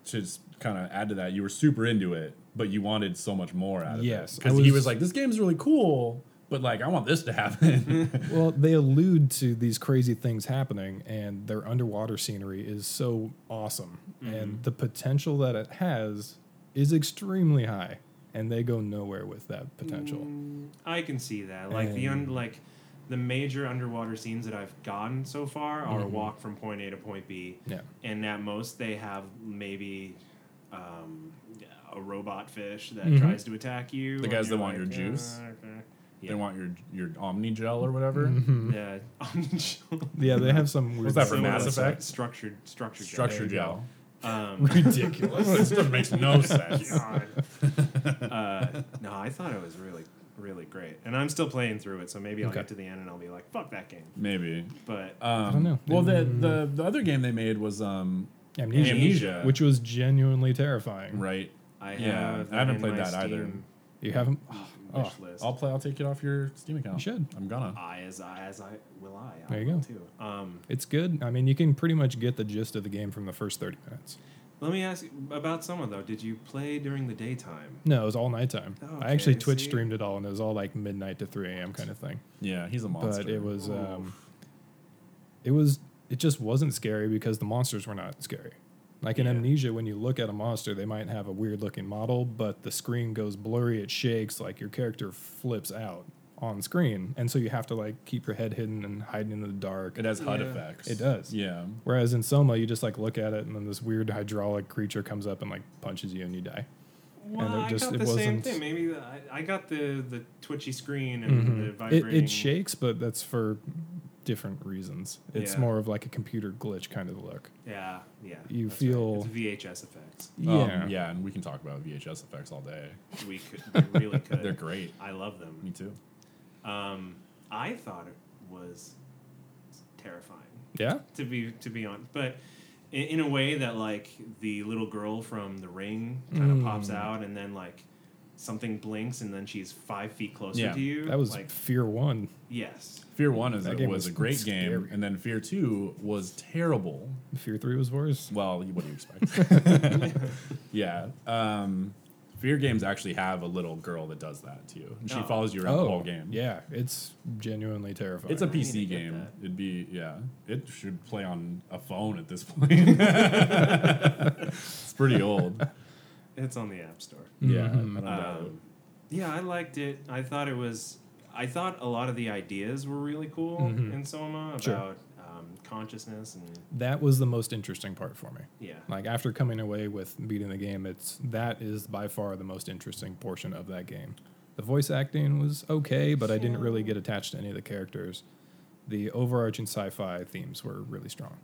S2: to kind of add to that, you were super into it, but you wanted so much more out of
S3: Yes,
S2: it.
S3: I
S2: Because he
S3: was-
S2: was like, "This game's really cool, but like, I want this to happen."
S3: Well, they allude to these crazy things happening, and their underwater scenery is so awesome,
S2: Mm-hmm.
S3: and the potential that it has is extremely high, and they go nowhere with that potential.
S1: I can see that. Like the un- like the major underwater scenes that I've gotten so far are
S3: Mhm.
S1: walk from point A to point B,
S3: Yeah.
S1: and at most they have maybe um, a robot fish that
S3: Mhm.
S1: tries to attack you.
S2: The
S1: and
S2: guys that
S1: you're
S2: want your
S1: like,
S2: juice?
S1: "Uh, okay."
S2: <laughs> They want your your Omni gel or whatever.
S3: Mhm.
S1: Yeah, <laughs>
S3: Yeah, they
S2: <laughs>
S3: have some weird.
S2: What's that for
S1: Some of
S2: Mass
S1: those,
S2: Effect?
S1: uh, Structured, structured,
S2: Structure
S3: There you
S2: gel.
S1: Um,
S3: <laughs>
S2: <laughs>
S3: Ridiculous.
S2: this doesn't makes no sense.
S1: God. <laughs> uh, no, I thought it was really, really great, and I'm still playing through it, so maybe I'll
S3: Okay. Uh,
S1: get to the end and I'll be like, "Fuck that game."
S2: Maybe.
S1: But
S2: Um, I
S3: don't know.
S2: Well, the, the the other game they made was um
S3: Amnesia,
S2: Amnesia.
S3: which was genuinely terrifying.
S2: right.
S1: I have
S2: Yeah, I haven't
S1: in my
S2: played that either.
S1: Steam
S3: You haven't. Oh,
S1: Wish
S3: oh,
S1: list.
S2: I'll play. I'll take it off your Steam account.
S3: You should.
S2: I'm gonna.
S1: I as I as I will I. I
S3: There you
S1: will
S3: go.
S1: Too. Um,
S3: <sighs> it's good. I mean, you can pretty much get the gist of the game from the first thirty minutes.
S1: let me ask you about someone though. Did you play during the daytime?
S3: No, it was all nighttime. I
S1: Okay,
S3: actually
S1: see?
S3: Twitch streamed it all, and it was all like midnight to three a.m. kind of thing.
S2: Yeah, he's a monster.
S3: But it was, um, it was, it just wasn't scary because the monsters were not scary. Like in
S1: Yeah.
S3: Amnesia, when you look at a monster, they might have a weird looking model, but the screen goes blurry, it shakes, like your character flips out on screen, and so you have to like keep your head hidden and hiding in the dark.
S2: It has HUD
S1: Yeah.
S2: effects.
S3: It does.
S2: Yeah. Um,
S3: Whereas in Soma, you just like look at it, and then this weird hydraulic creature comes up and like punches you, and you die.
S1: Well,
S3: it
S1: I
S3: just-
S1: got
S3: it
S1: the same
S3: wasn't-
S1: thing. Maybe the, I, I got the the twitchy screen and
S2: Mm-hmm.
S1: the
S3: Mm-hmm. It,
S1: vibrating.
S3: it shakes, but that's for different reasons. It's
S1: Yeah.
S3: more of like a computer glitch kind of look.
S1: Yeah, yeah.
S3: You
S1: that's
S3: feel-
S1: right. it's VHS effects.
S2: Yeah. Um, yeah, and we can talk about VHS effects all day.
S1: We could we
S3: <laughs>
S1: really could.
S2: They're great.
S1: I love them.
S2: Me too.
S1: Um, I thought it was terrifying
S3: Yeah?
S1: to be to be honest, but in, in a way that like the little girl from The Ring kind of
S3: Hmm.
S1: pops out, and then like something blinks, and then she's five feet closer
S2: Yeah,
S1: to you.
S3: That was
S1: like
S3: Fear One.
S1: yes,
S2: Fear One is
S3: That
S2: was,
S3: game was
S2: a great
S3: scary.
S2: game, and then Fear Two was terrible.
S3: Fear Three was worse.
S2: Well, you- what do you
S3: <laughs>
S2: expect? <laughs> yeah. Um, fear games actually have a little girl that does that to you. And she
S1: Oh.
S2: follows you around the whole game.
S3: Yeah, it's genuinely terrifying.
S2: It's a
S1: I need
S2: PC
S1: to get
S2: game.
S1: that.
S2: It'd be yeah. It should play on a phone at this point. it's pretty old.
S1: it's on the App Store.
S2: Yeah. I
S3: Mhm.
S2: don't doubt it.
S1: Um, yeah, I liked it. I thought it was. I thought a lot of the ideas were really cool
S3: Mhm.
S1: in Soma about
S3: Sure.
S1: um, consciousness and
S3: that was the most interesting part for me.
S1: yeah,
S3: Like after coming away with beating the game, it's that is by far the most interesting portion of that game. The voice acting was okay, but I didn't really get attached to any of the characters. The overarching sci-fi themes were really strong,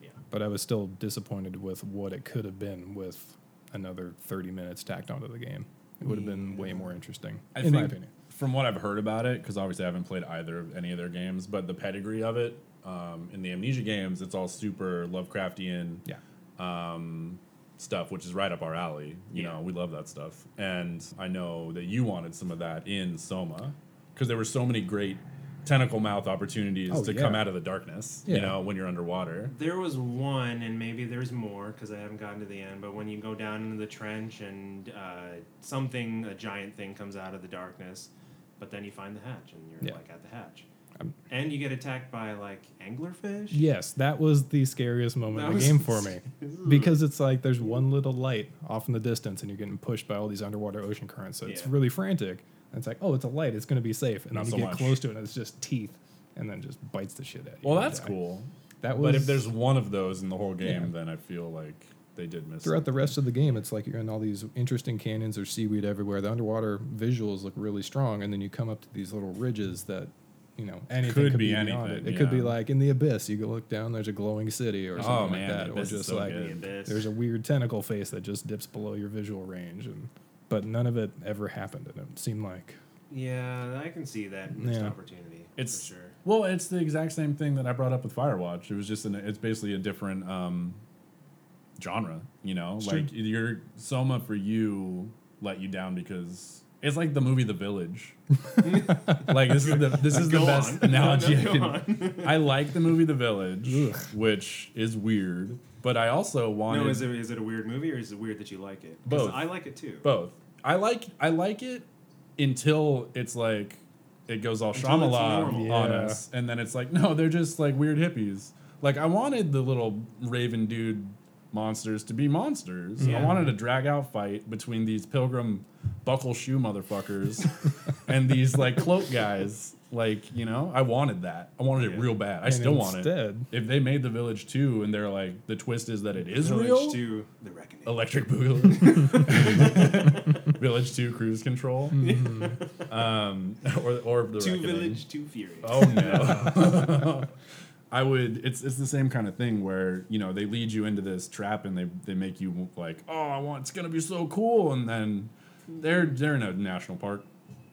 S1: yeah.
S3: but I was still disappointed with what it could have been with another 30 minutes tacked onto the game. It would have been way more interesting,
S2: I
S3: in my
S2: think
S3: opinion.
S2: From what I've heard about it, because obviously I haven't played either of any of their games, but the pedigree of it um, in the Amnesia games, it's all super Lovecraftian
S3: Yeah.
S2: stuff, which is right up our alley. You
S1: Yeah.
S2: know, we love that stuff. And I know that you wanted some of that in Soma because there were so many great tentacle mouth opportunities
S3: Oh,
S2: to come
S3: yeah.
S2: out of the darkness, you
S3: Yeah.
S2: know, when you're underwater.
S1: There was one, and maybe there's more because I haven't gotten to the end. But when you go down into the trench and uh, something, a giant thing comes out of the darkness, but then you find the hatch and you're
S3: Yeah.
S1: like at the hatch,
S3: Um,
S1: and you get attacked by like anglerfish.
S3: Yes, that was the scariest moment
S1: That
S3: in the
S1: was-
S3: game
S2: <laughs>
S3: for me. Because it's like there's one little light off in the distance and you're getting pushed by all these underwater ocean currents. So it's
S1: Yeah.
S3: really frantic. And it's like, oh, it's a light. It's going to be safe. And
S2: Not
S3: then you
S2: so
S3: get
S2: much.
S3: close to it and it's just teeth and then just bites the shit out of you.
S2: Well,
S3: and
S2: that's
S3: die.
S2: cool.
S3: That was,
S2: But if there's one of those in the whole game,
S3: Yeah.
S2: then I feel like they did miss
S3: throughout the
S2: something.
S3: rest of the game, it's like you're in all these interesting canyons or seaweed everywhere. The underwater visuals look really strong. And then you come up to these little ridges that, you know, anything
S2: Could
S3: could,
S2: be
S3: be, beyond
S2: anything,
S3: It, it could be
S2: yeah.
S3: like in the abyss, you go look down, there's a glowing city or something
S2: Oh,
S3: like
S2: man,
S3: that.
S2: the
S3: or
S2: abyss is
S3: just
S2: so
S3: like,
S2: good.
S1: the abyss.
S3: there's a weird tentacle face that just dips below your visual range and but none of it ever happened and it seemed like
S1: yeah, I can see that missed
S3: Yeah.
S1: opportunity.
S2: It's
S1: for sure.
S2: well, it's the exact same thing that I brought up with Firewatch. It was just an it's basically a different um, genre, you know.
S3: Sure.
S2: like your Soma for you let you down because it's like the movie The
S3: <laughs>
S2: Village. like this is the this is the
S1: Go
S2: best
S1: on.
S2: analogy
S1: <laughs> No, no, go
S2: I can. I like the movie The Village, which is weird, but I also wanted
S1: No, is it is it a weird movie or is it weird that you like it? 'Cause
S2: Both.
S1: I like it too.
S2: both. I like I like it until it's like it goes all
S1: Until it's
S2: Shyamalan
S1: normal.
S2: on
S3: Yeah.
S2: us, and then it's like <laughs> no, they're just like weird hippies. Like I wanted the little Raven dude monsters to be monsters. I
S1: Yeah.
S2: wanted a drag out fight <laughs> between these pilgrim buckle shoe motherfuckers and these like cloak guys. Like, you know, I wanted that. I wanted it
S1: Yeah.
S2: real bad. I
S3: And
S2: still want it.
S3: instead-
S2: If they made The Village 2 and they're like, the twist is that it is
S1: Village
S2: real.
S1: to the reckoning.
S2: Electric Boogaloo.
S3: <laughs>
S2: Village 2 Cruise Control.
S3: Mm-hmm.
S2: Um, or, or The
S1: Two
S2: Reckoning.
S1: village, two fury.
S2: Oh no. <laughs> I would it's it's the same kind of thing where, you know, they lead you into this trap and they they make you like, "Oh, I want it's going to be so cool." And then they're they're in a national park.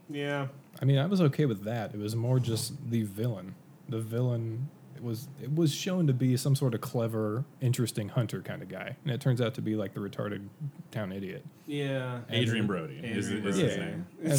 S1: Yeah.
S3: I mean, I was okay with that. It was more just the villain. The villain it was it was shown to be some sort of clever, interesting hunter kind of guy, and it turns out to be like the retarded town idiot.
S1: Yeah.
S2: Adrian Brody is,
S1: Adrian
S2: is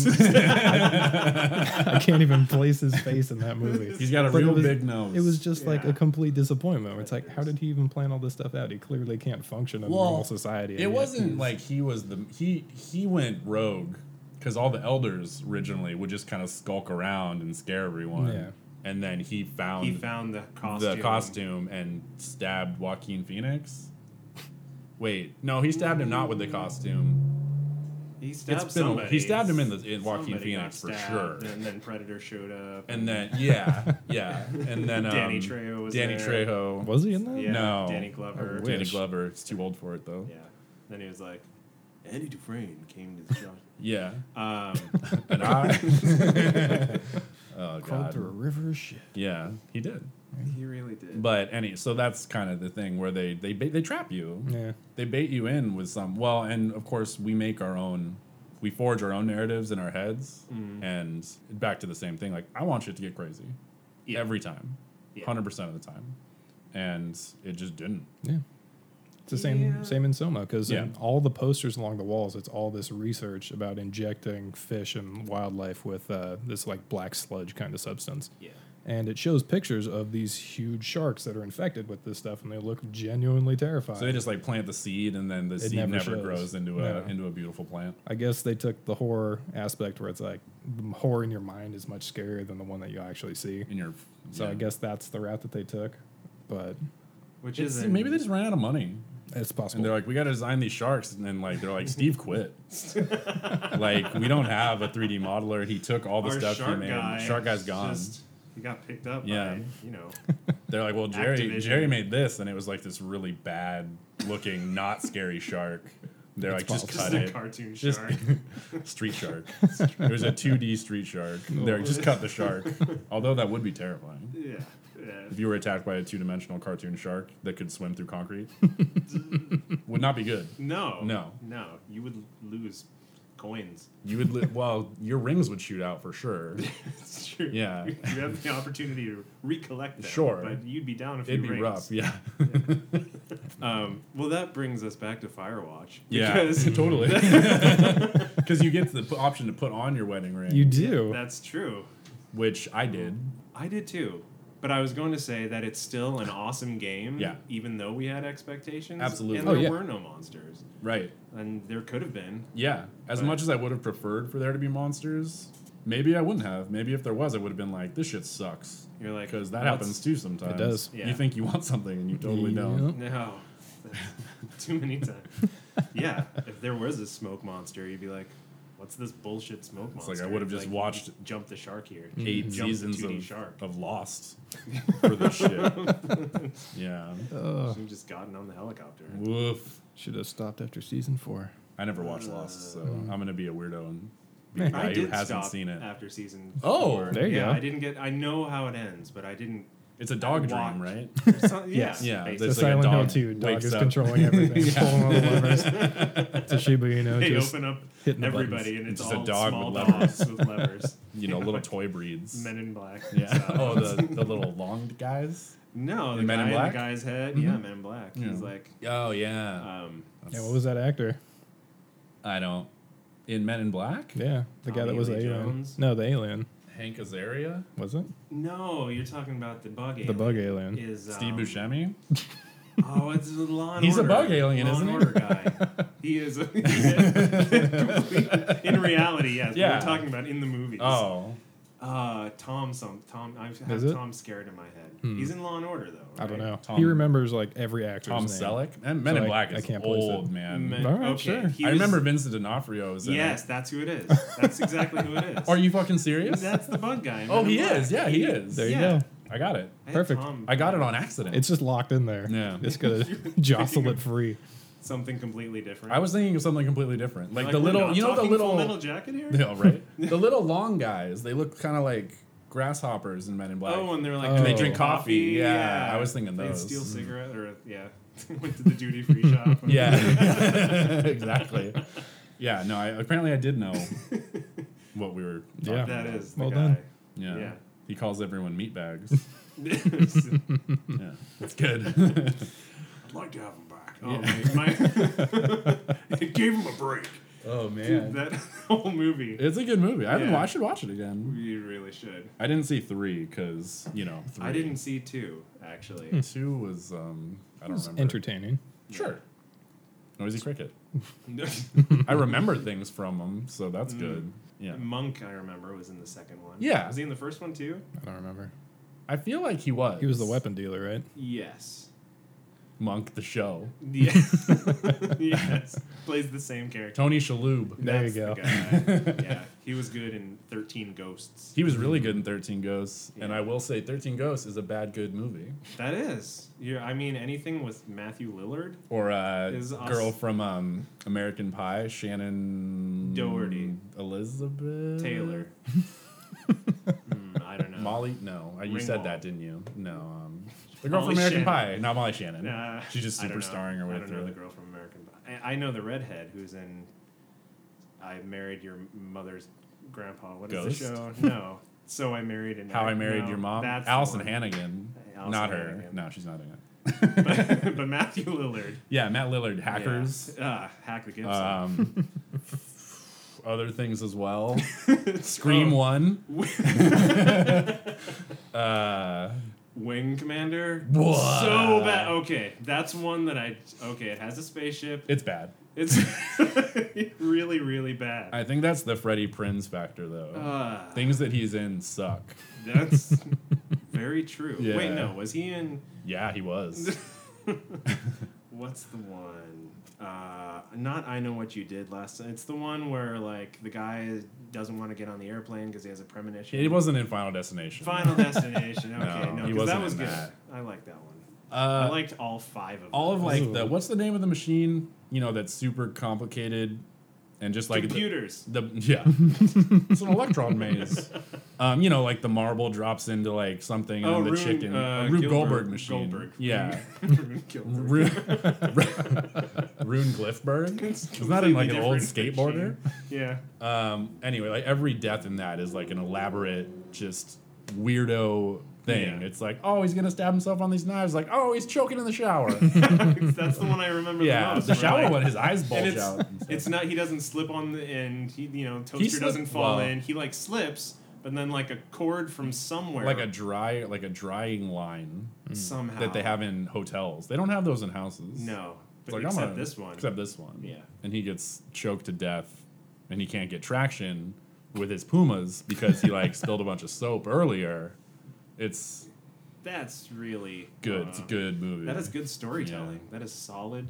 S2: his
S3: Brody.
S2: name.
S3: And <laughs> I can't even place his face in that movie.
S2: He's got a
S3: But it
S2: real
S3: was-
S2: big nose.
S3: It was just like
S1: Yeah.
S3: a complete disappointment. It's like, how did he even plan all this stuff out? He clearly can't function in
S2: Well,
S3: normal society. and
S2: It
S3: yet Mm.
S2: wasn't
S3: <laughs> he's-
S2: like he was the he he went rogue because all the elders originally would just kind of skulk around and scare everyone.
S3: Yeah.
S2: And then he found
S1: He found the costume.
S2: the costume and stabbed Joaquin Phoenix. Wait, no, he stabbed him not with the costume.
S1: He stabbed
S2: It's been a-
S1: somebody.
S2: he stabbed him in the- in Joaquin
S1: Somebody
S2: Phoenix
S1: got
S2: for
S1: stabbed,
S2: sure.
S1: And then Predator showed up.
S2: And then yeah,
S3: <laughs>
S2: yeah, and then um,
S1: Danny Trejo was
S2: Danny
S1: there.
S2: Trejo.
S3: Was he in that?
S1: yeah,
S2: no.
S1: Danny Glover.
S3: I
S2: Danny
S3: wish.
S2: Glover. It's too old for it though.
S1: Yeah. Then he was like, Andy Dufresne came to the shot.
S2: Yeah.
S1: <laughs>
S3: <laughs>
S1: Um,
S2: <laughs> And I. oh
S3: Crawled through a
S2: god.
S3: river of shit.
S2: Yeah, he did.
S1: he really did.
S2: But any, so that's kind of the thing where they they ba- they trap you.
S3: Yeah.
S2: they bait you in with some well and of course we make our own we forge our own narratives in our heads
S1: Mm-hmm.
S2: and back to the same thing like i want shit to get crazy
S1: Yeah.
S2: every time
S1: Yeah.
S2: 100% of the time and it just didn't
S3: Yeah. It's the same
S1: Yeah.
S3: same in Soma because in
S2: Yeah.
S3: all the posters along the walls, it's all this research about injecting fish and wildlife with uh, this like black sludge kind of substance.
S1: yeah.
S3: And it shows pictures of these huge sharks that are infected with this stuff, and they look genuinely terrifying.
S2: so they just like plant the seed and then the seed
S3: never
S2: never,
S3: shows.
S2: grows into a
S3: No.
S2: into a beautiful plant
S3: I guess they took the horror aspect where it's like the horror in your mind is much scarier than the one that you actually see.
S2: in your
S3: So
S2: yeah.
S3: I guess that's the route that they took, but
S1: Which
S2: It's-
S1: is
S2: maybe they just ran out of money
S3: it's possible.
S2: and they're like we got to design these sharks and then like they're like
S1: <laughs>
S2: steve quit like we don't have a 3d modeler he took all the
S1: our
S2: stuff he
S1: shark
S2: made
S1: guy.
S2: shark guy's gone
S1: Just, he got picked up.
S2: Yeah.
S1: By, you know.
S2: They're like, well, Jerry,
S1: Activision.
S2: Jerry made this, and it was like this really bad looking, not scary shark. They're
S3: It's
S2: like, just
S3: possible.
S1: Just a
S2: <laughs> cut it.
S1: cartoon
S2: <laughs> Just-
S1: shark.
S2: Street shark. it was a 2D street shark. They're like, just cut the shark. Although that would be terrifying.
S1: yeah.
S2: If
S1: yeah.
S2: you were attacked by a two dimensional cartoon shark that could swim through concrete, would not be good.
S1: No.
S2: No.
S1: No. You would lose coins.
S2: You would, li- well, your rings would shoot out
S1: <laughs>
S2: for sure.
S1: It's true.
S2: Yeah.
S1: <laughs> You have the opportunity to recollect them.
S2: Sure.
S1: But you'd be down if you
S2: It'd be
S1: rings.
S2: rough,
S3: <laughs>
S2: yeah.
S1: Um, well, that brings us back to Firewatch.
S2: Yeah,
S1: <laughs> Because
S2: <laughs> totally.
S3: <laughs>
S2: Because you get the p- option to put on your wedding ring,
S3: you do.
S1: that's true.
S2: which I did.
S1: I did too. But I was going to say that it's still an awesome game,
S2: Yeah.
S1: even though we had expectations.
S2: Absolutely.
S1: And
S3: Oh,
S1: there
S3: yeah.
S1: were no monsters.
S2: Right.
S1: And there could have been.
S2: Yeah, as
S1: But-
S2: much as I would have preferred for there to be monsters, maybe I wouldn't have. Maybe if there was, I would have been like, "This shit sucks,"
S1: You're like,
S2: because that
S1: "What's-
S2: happens too sometimes.
S3: It does.
S1: Yeah.
S2: You think you want something and you totally
S3: Yep. Mm-hmm.
S2: don't.
S1: No. That's Too many
S2: <laughs>
S1: times. yeah. If there was a smoke monster, you'd be like, what's this bullshit smoke
S2: It's
S1: monster?
S2: like, I would have just watched-
S1: Jump the Shark here.
S2: 8
S1: Jump the
S2: seasons
S1: 2D
S2: of,
S1: Shark. <laughs>
S2: of Lost for this shit. yeah.
S3: Ugh.
S1: Should've just gotten on the helicopter.
S2: Woof.
S3: Should have stopped after season four.
S2: I never watched Lost, so
S3: Uh,
S2: I'm gonna be a weirdo and be
S3: I
S2: the guy
S1: I
S2: who
S1: did
S2: hasn't
S1: stop
S2: seen it.
S1: after season.
S2: Oh,
S1: four.
S3: there you
S1: yeah,
S3: go.
S1: I didn't get. I know how it ends, but I didn't.
S2: It's a dog
S1: Watch. <laughs>
S2: dream, right?
S1: Yeah,
S3: Yes.
S2: Yeah,
S1: basically.
S2: It's
S3: the
S2: like a
S3: Silent Hill
S2: dog
S3: 2 dog
S2: wakes
S3: is
S2: up.
S3: controlling <laughs> everything.
S2: Yeah.
S3: Pulling all the levers.
S1: <laughs>
S3: Toshiba Inu
S1: they
S3: just
S1: open up
S3: hitting the
S1: everybody,
S3: buttons.
S1: and it's
S2: Just a
S1: all
S2: dog
S1: small
S2: with levers.
S1: dogs with
S2: <laughs>
S1: levers.
S2: You know, little
S1: Like
S2: toy breeds.
S1: Men in Black.
S2: yeah.
S1: So-
S2: Oh, the, the little long guys.
S1: no, the
S2: in Men
S1: guy
S2: in
S1: in
S2: Black? Mm-hmm.
S1: the guy's head. Yeah, Men in Black.
S2: Yeah.
S1: He's like,
S2: Oh yeah.
S1: um,
S3: Yeah, what was that actor?
S2: I don't. In Men in Black.
S3: Yeah, the guy
S1: Tommy
S3: that was
S1: Lee
S3: the alien.
S1: Jones?
S3: No, the alien
S2: Hank Azaria.
S3: was it?
S1: no, you're talking about the bug.
S3: The bug alien.
S1: is um,
S2: Steve Buscemi.
S1: Oh, it's the Law and
S2: He's a
S1: Order.
S2: bug alien,
S1: Law
S2: isn't
S1: and
S2: he?
S1: Order guy. he is. A, <laughs>
S2: <laughs>
S1: he's a complete- in reality, yes. but
S2: Yeah.
S1: We're talking about in the movies.
S2: Oh,
S1: Uh, Tom some Tom I have
S3: Is it?
S1: Tom scared in my head.
S3: Hmm.
S1: He's in Law and Order though.
S3: I don't
S1: right?
S3: know.
S2: Tom-
S3: he remembers like every actor's
S2: Tom
S3: name.
S2: Selleck. And Men
S3: So
S2: in
S3: I-
S2: Black
S3: I
S2: is
S3: can't place
S2: old
S3: it.
S2: man.
S1: Men-
S3: All right,
S1: Mm, okay.
S3: sure.
S1: he
S2: I
S1: was-
S2: remember Vincent D'Onofrio was in
S1: Yes,
S2: it.
S1: that's who it
S2: <laughs>
S1: is. That's exactly who it is.
S2: Are you fucking serious?
S1: That's the bug guy. in
S2: <laughs> oh,
S1: Men
S2: he
S1: in Black.
S2: is. Yeah, he is.
S3: There you
S1: Yeah.
S3: go.
S2: I got it.
S1: I had
S3: Perfect.
S1: Tom-
S2: I got it on accident.
S3: It's just locked in there.
S2: Yeah. <laughs>
S3: It's gonna jostle it free.
S1: something completely different.
S2: I was thinking of something completely different. Like, the
S1: we're
S2: little,
S1: not
S2: you know, the
S1: talking
S2: little,
S1: Full metal jacket here.
S2: yeah, right. the little long guys. They look kind of like grasshoppers in Men in Black.
S1: Oh, and they're like,
S3: And they
S1: drinking
S3: drink
S2: coffee. Yeah, I was thinking
S1: They'd
S2: those.
S1: steal
S2: Mm.
S1: cigarette or yeah, <laughs> went to the duty free shop.
S2: <laughs>
S1: <laughs>
S2: yeah, exactly. Yeah, no. I, apparently, I did know what we were. Talking
S3: Yeah.
S1: that is the
S3: Well
S1: guy.
S2: Yeah.
S1: Yeah.
S2: He calls everyone meatbags.
S3: <laughs>
S1: <laughs>
S2: yeah. It's good. <laughs>
S1: I'd like to have him back. Oh, my, my- <laughs> it gave him a break.
S2: oh
S1: Dude, that <laughs> whole movie.
S2: It's a good movie. I haven't
S1: Yeah.
S2: wa- I should watch it again.
S1: you really should.
S2: I didn't see 3 cuz, you know, 3
S1: I didn't see two actually.
S2: 2 was um I don't
S3: It's
S2: remember.
S3: Hmm. entertaining.
S2: Sure. Noisy
S3: <laughs>
S2: cricket. Hmm.
S1: <laughs> No.
S2: I remember things from them, so
S1: Mm.
S2: that's good. Yeah.
S1: Monk, I remember, was in the second one.
S2: Yeah.
S1: Was he in the first one too?
S3: I don't remember.
S2: I feel like he was.
S3: He was the weapon dealer, right?
S1: Yes.
S2: <laughs> Monk the show.
S1: Yes. <laughs> yes. Plays the same character.
S2: Tony Shalhoub.
S3: There you go.
S1: the guy.
S2: <laughs>
S1: yeah. He was good in 13 Ghosts.
S2: He was really good in 13 Ghosts, and
S1: Yeah.
S2: I will say 13 Ghosts is a bad good movie.
S1: That is. Yeah, I mean, anything with Matthew Lillard?
S2: Or uh,
S1: Is us-
S2: girl from um, American Pie, Shannon
S1: Doherty.
S2: Elizabeth <laughs>
S1: Taylor. Mm, I don't know.
S2: Molly. No, uh, you
S1: Ringwald.
S2: said that, didn't you? No, um, the girl
S1: Molly
S2: from
S1: Shannon.
S2: American Pie, not Molly Shannon.
S1: Nah,
S2: She's just
S1: I don't know.
S2: superstarring her way
S1: I don't know
S2: through
S1: the
S2: it.
S1: girl from American Pie. I, I know the redhead who's in I Married Your Mother's Grandpa. What is
S2: Ghost?
S1: the show? No. So I Married and
S2: How I Married
S1: no,
S2: Your Mom.
S1: That's the
S2: Allison
S1: one.
S2: Hannigan.
S1: Allison
S2: not her.
S1: Hannigan.
S2: No, she's not in it.
S1: <laughs> but, but Matthew Lillard.
S2: Yeah, Matt Lillard, hackers.
S1: Yeah. Uh, hack the Gibson.
S2: Um, <laughs> other things
S1: <laughs>
S2: as well.
S1: Oh. <laughs>
S2: Scream One. Um. uh,
S1: Wing Commander.
S2: What?
S1: So bad. Okay, that's one that I. Okay, it has a spaceship.
S2: it's bad.
S1: It's <laughs> really, really bad.
S2: I think that's the Freddie Prinz factor, though.
S1: uh,
S2: Things that he's in suck. <laughs>
S1: that's very true. Wait,
S2: Yeah.
S1: no, was he in?
S2: Yeah,
S1: <laughs>
S2: he was.
S1: What's the one? Uh, not I know what you did last. It's the one where like the guy doesn't want to get on the airplane because he has a premonition.
S2: he wasn't in Final
S1: <laughs>
S2: Destination.
S1: Final Destination. Okay,
S2: No,
S1: no,
S2: he
S1: 'cause that
S2: wasn't
S1: was
S2: in
S1: good.
S2: that.
S1: I like that one. I
S2: Uh,
S1: liked all five of
S2: all
S1: them.
S2: of like
S3: Ooh.
S2: the what's the name of the machine? You know that's super complicated, and just like the- <laughs>
S1: computers. <laughs>
S2: The, yeah, it's an electron maze. Um, you know, like the marble drops into like something, and then the
S1: Rube,
S2: chicken,
S1: uh,
S2: a Rube Goldberg, machine.
S1: Goldberg.
S2: Yeah,
S1: Rube Goldberg.
S2: Rune, <laughs> Rune Glifberg.
S1: It's
S2: It's not in like an
S1: completely
S2: old
S1: different
S2: skateboarder.
S1: machine.
S2: <laughs>
S1: Yeah. <laughs>
S2: Um, anyway, like every death in that is like an elaborate, just weirdo thing.
S1: Yeah.
S2: It's like, oh, he's gonna stab himself on these knives. Like, oh, he's choking in
S1: <laughs>
S2: the shower.
S1: That's the one I remember the
S2: yeah,
S1: most.
S2: the
S1: where,
S2: shower
S1: like,
S2: one, his eyes
S1: And
S2: bulge
S1: it's,
S2: out. and stuff.
S1: it's not he doesn't slip on the end. He you know toaster
S2: slip-
S1: doesn't fall
S2: well-
S1: in. He like slips, but then like a cord from somewhere
S2: like a dry, like a drying line
S1: somehow
S2: that they have in hotels. They don't have those in houses.
S1: No,
S2: It's
S1: but
S2: like, I'm
S1: except
S2: a-
S1: this one.
S2: Except this one.
S1: Yeah.
S2: And he gets choked to death and he can't get traction with his pumas because
S1: <laughs>
S2: he like spilled a bunch of soap earlier. It's
S1: that's really
S2: good. it's a
S1: uh,
S2: good movie.
S1: That is good storytelling. That is solid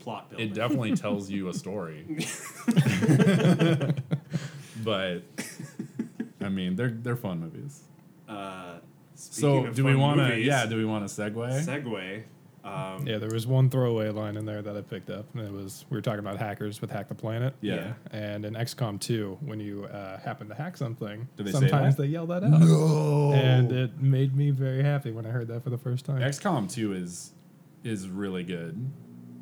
S1: plot building.
S2: It definitely tells you
S1: <laughs>
S2: a story. but I mean, they're they're fun movies.
S1: uh,
S2: so, do we want to
S1: to?
S2: yeah, do we want to segue?
S1: segue. Um,
S3: Yeah, there was one throwaway line in there that I picked up, and it was we were talking about hackers with Hack the Planet.
S2: yeah.
S1: yeah.
S3: And in XCOM 2, when you uh, happen to hack something,
S2: Do they say
S3: sometimes
S2: that?
S3: they yell that out.
S2: No.
S3: And it made me very happy when I heard that for the first time.
S2: XCOM 2 is is really good.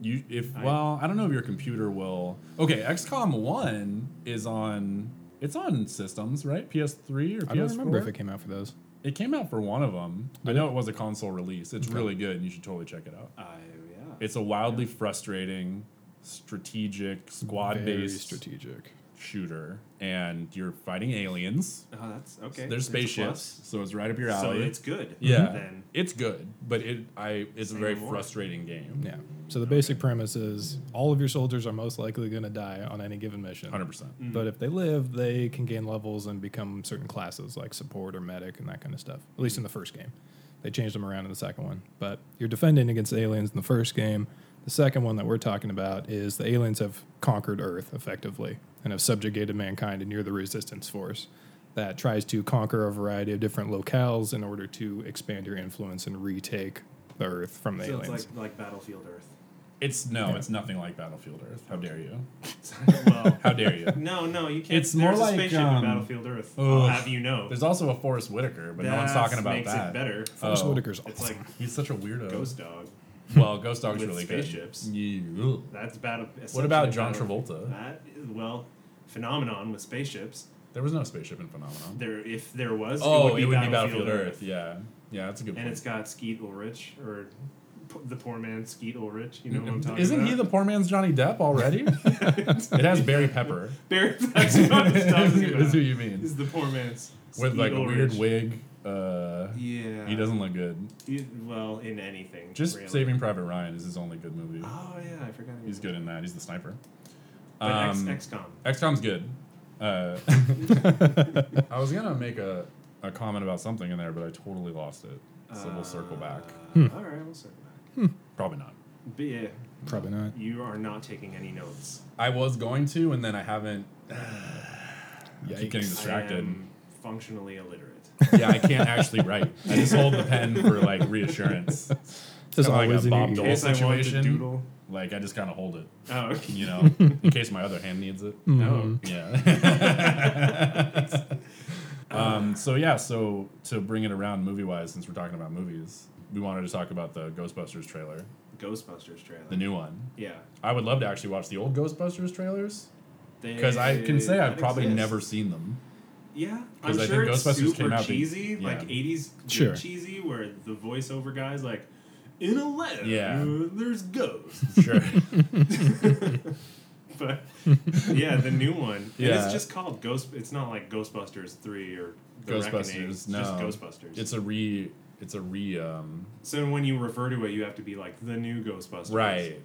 S2: You if
S1: I-
S2: well, I don't know if your computer will. Okay, XCOM 1 is on it's on systems, right? PS3 or
S3: I don't remember if
S2: PS4?
S3: it
S2: It,
S3: came out for those.
S2: came out for one of them. I know it was a console release. It's really good and you should totally check it out.
S1: Uh, yeah.
S2: It's a wildly frustrating strategic squad
S3: Very
S2: based
S3: strategic.
S2: shooter, and you're fighting aliens.
S1: Oh, that's okay.
S2: They're
S1: There's a
S2: spaceships, so it's right up your
S1: plus. So
S2: alley.
S1: it's good.
S2: yeah,
S1: Then
S2: it's good, but it I it's a
S1: Say
S2: very
S1: no more.
S2: frustrating game.
S3: Yeah. So the basic premise is all of your soldiers are most likely going to die on any given mission.
S2: Hundred percent.
S3: But if they live, they can gain levels and become certain classes like support or medic and that kind of stuff. At least in the first game. They changed them around in the second one. But you're defending against aliens in the first game. The second one that we're talking about is the aliens have conquered Earth effectively and have subjugated mankind, and you're the resistance force that tries to conquer a variety of different locales in order to expand your influence and retake the Earth from the
S1: so
S3: aliens.
S1: it's like like Battlefield
S2: <laughs>
S1: Earth. <laughs>
S2: It's no, it's nothing like Battlefield Earth. How dare you?
S1: well,
S2: How
S1: <laughs>
S2: dare you?
S1: no, no, you can't.
S2: It's more
S1: there's
S2: like,
S1: a spaceship
S2: um,
S1: in Battlefield Earth. I'll
S2: ugh,
S1: have you know.
S2: There's also a Forrest Whitaker, but no one's
S1: That's-
S2: talking about
S1: makes
S2: that.
S1: It better.
S3: Forrest
S2: Oh.
S3: Whitaker's
S1: It's
S3: awesome.
S1: like
S2: <laughs> He's such a weirdo.
S1: Ghost Dog.
S2: Well, Ghost Dog's
S1: With
S2: really
S1: spaceships.
S2: good. Yeah. Ugh.
S1: That's battle.
S2: What about
S1: essentially
S2: John
S1: Battle-
S2: Travolta?
S1: That is- well, phenomenon with spaceships.
S2: There was no spaceship in Phenomenon.
S1: There, if there was,
S2: oh,
S1: it would be, Battlefield,
S2: Earth.
S1: Earth.
S2: Yeah, yeah, that's a good
S1: And
S2: point.
S1: it's got Skeet Ulrich or p- the poor man Skeet Ulrich. You know what I'm talking
S2: Isn't
S1: about?
S2: he the poor man's Johnny Depp already? it has Barry Pepper.
S1: <laughs> Barry? <laughs> That's what
S2: <laughs>
S1: I was talking about.
S2: That's who you mean.
S1: Is the poor man's
S2: With
S1: Skeet
S2: like a weird
S1: Ulrich.
S2: wig. Uh,
S1: Yeah.
S2: He doesn't look good.
S1: He- well, in anything.
S2: Just
S1: really.
S2: Saving Private Ryan is his only good movie.
S1: Oh yeah, I forgot. he
S2: He's
S1: was-
S2: good in that. He's the sniper.
S1: But
S2: Um,
S1: X, XCOM.
S2: XCOM's good. Uh, I was gonna make a, a comment about something in there, but I totally lost it. So we'll circle back.
S1: All right, we'll circle back.
S2: Probably not.
S1: But yeah,
S3: Probably not.
S1: you are not taking any notes.
S2: I was going to, and then I haven't. I keep getting
S3: Yikes.
S1: I
S2: distracted.
S1: am functionally illiterate.
S2: yeah, I can't actually write. I just hold the pen for like reassurance.
S3: There's
S2: kinda like
S3: always
S2: a
S3: a
S2: Bob
S3: need.
S2: Dole.
S1: case I want to
S2: situation.
S1: doodle.
S2: Like I just kind of hold it,
S1: Oh, okay.
S2: you know, in case my other hand needs it.
S1: Hmm.
S3: Mhm.
S2: Yeah. <laughs> um, so yeah, so to bring it around movie wise, since we're talking about movies, we wanted to talk about the Ghostbusters trailer,
S1: Ghostbusters trailer.
S2: the new one.
S1: yeah,
S2: I would love to actually watch the old Ghostbusters trailers because I can say
S1: They-
S2: I've probably
S1: exist.
S2: never
S1: <laughs>
S2: seen them.
S1: Yeah,
S2: 'Cause
S1: I'm
S2: I
S1: sure
S2: think
S1: it's
S2: Ghostbusters
S1: super
S2: came out the-
S1: cheesy,
S2: yeah.
S1: like '80s
S3: Sure.
S1: cheesy, where the voiceover guys like, in a letter,
S2: Yeah.
S1: uh, there's ghosts.
S2: Sure.
S1: <laughs> But yeah, the new one. And
S2: Yeah.
S1: it's just called Ghost. It's not like Ghostbusters Three or The Reckoning.
S2: Ghostbusters.
S1: It's
S2: No.
S1: just Ghostbusters.
S2: It's a re. It's a re. Um,
S1: so when you refer to it, you have to be like the new Ghostbusters.
S2: right.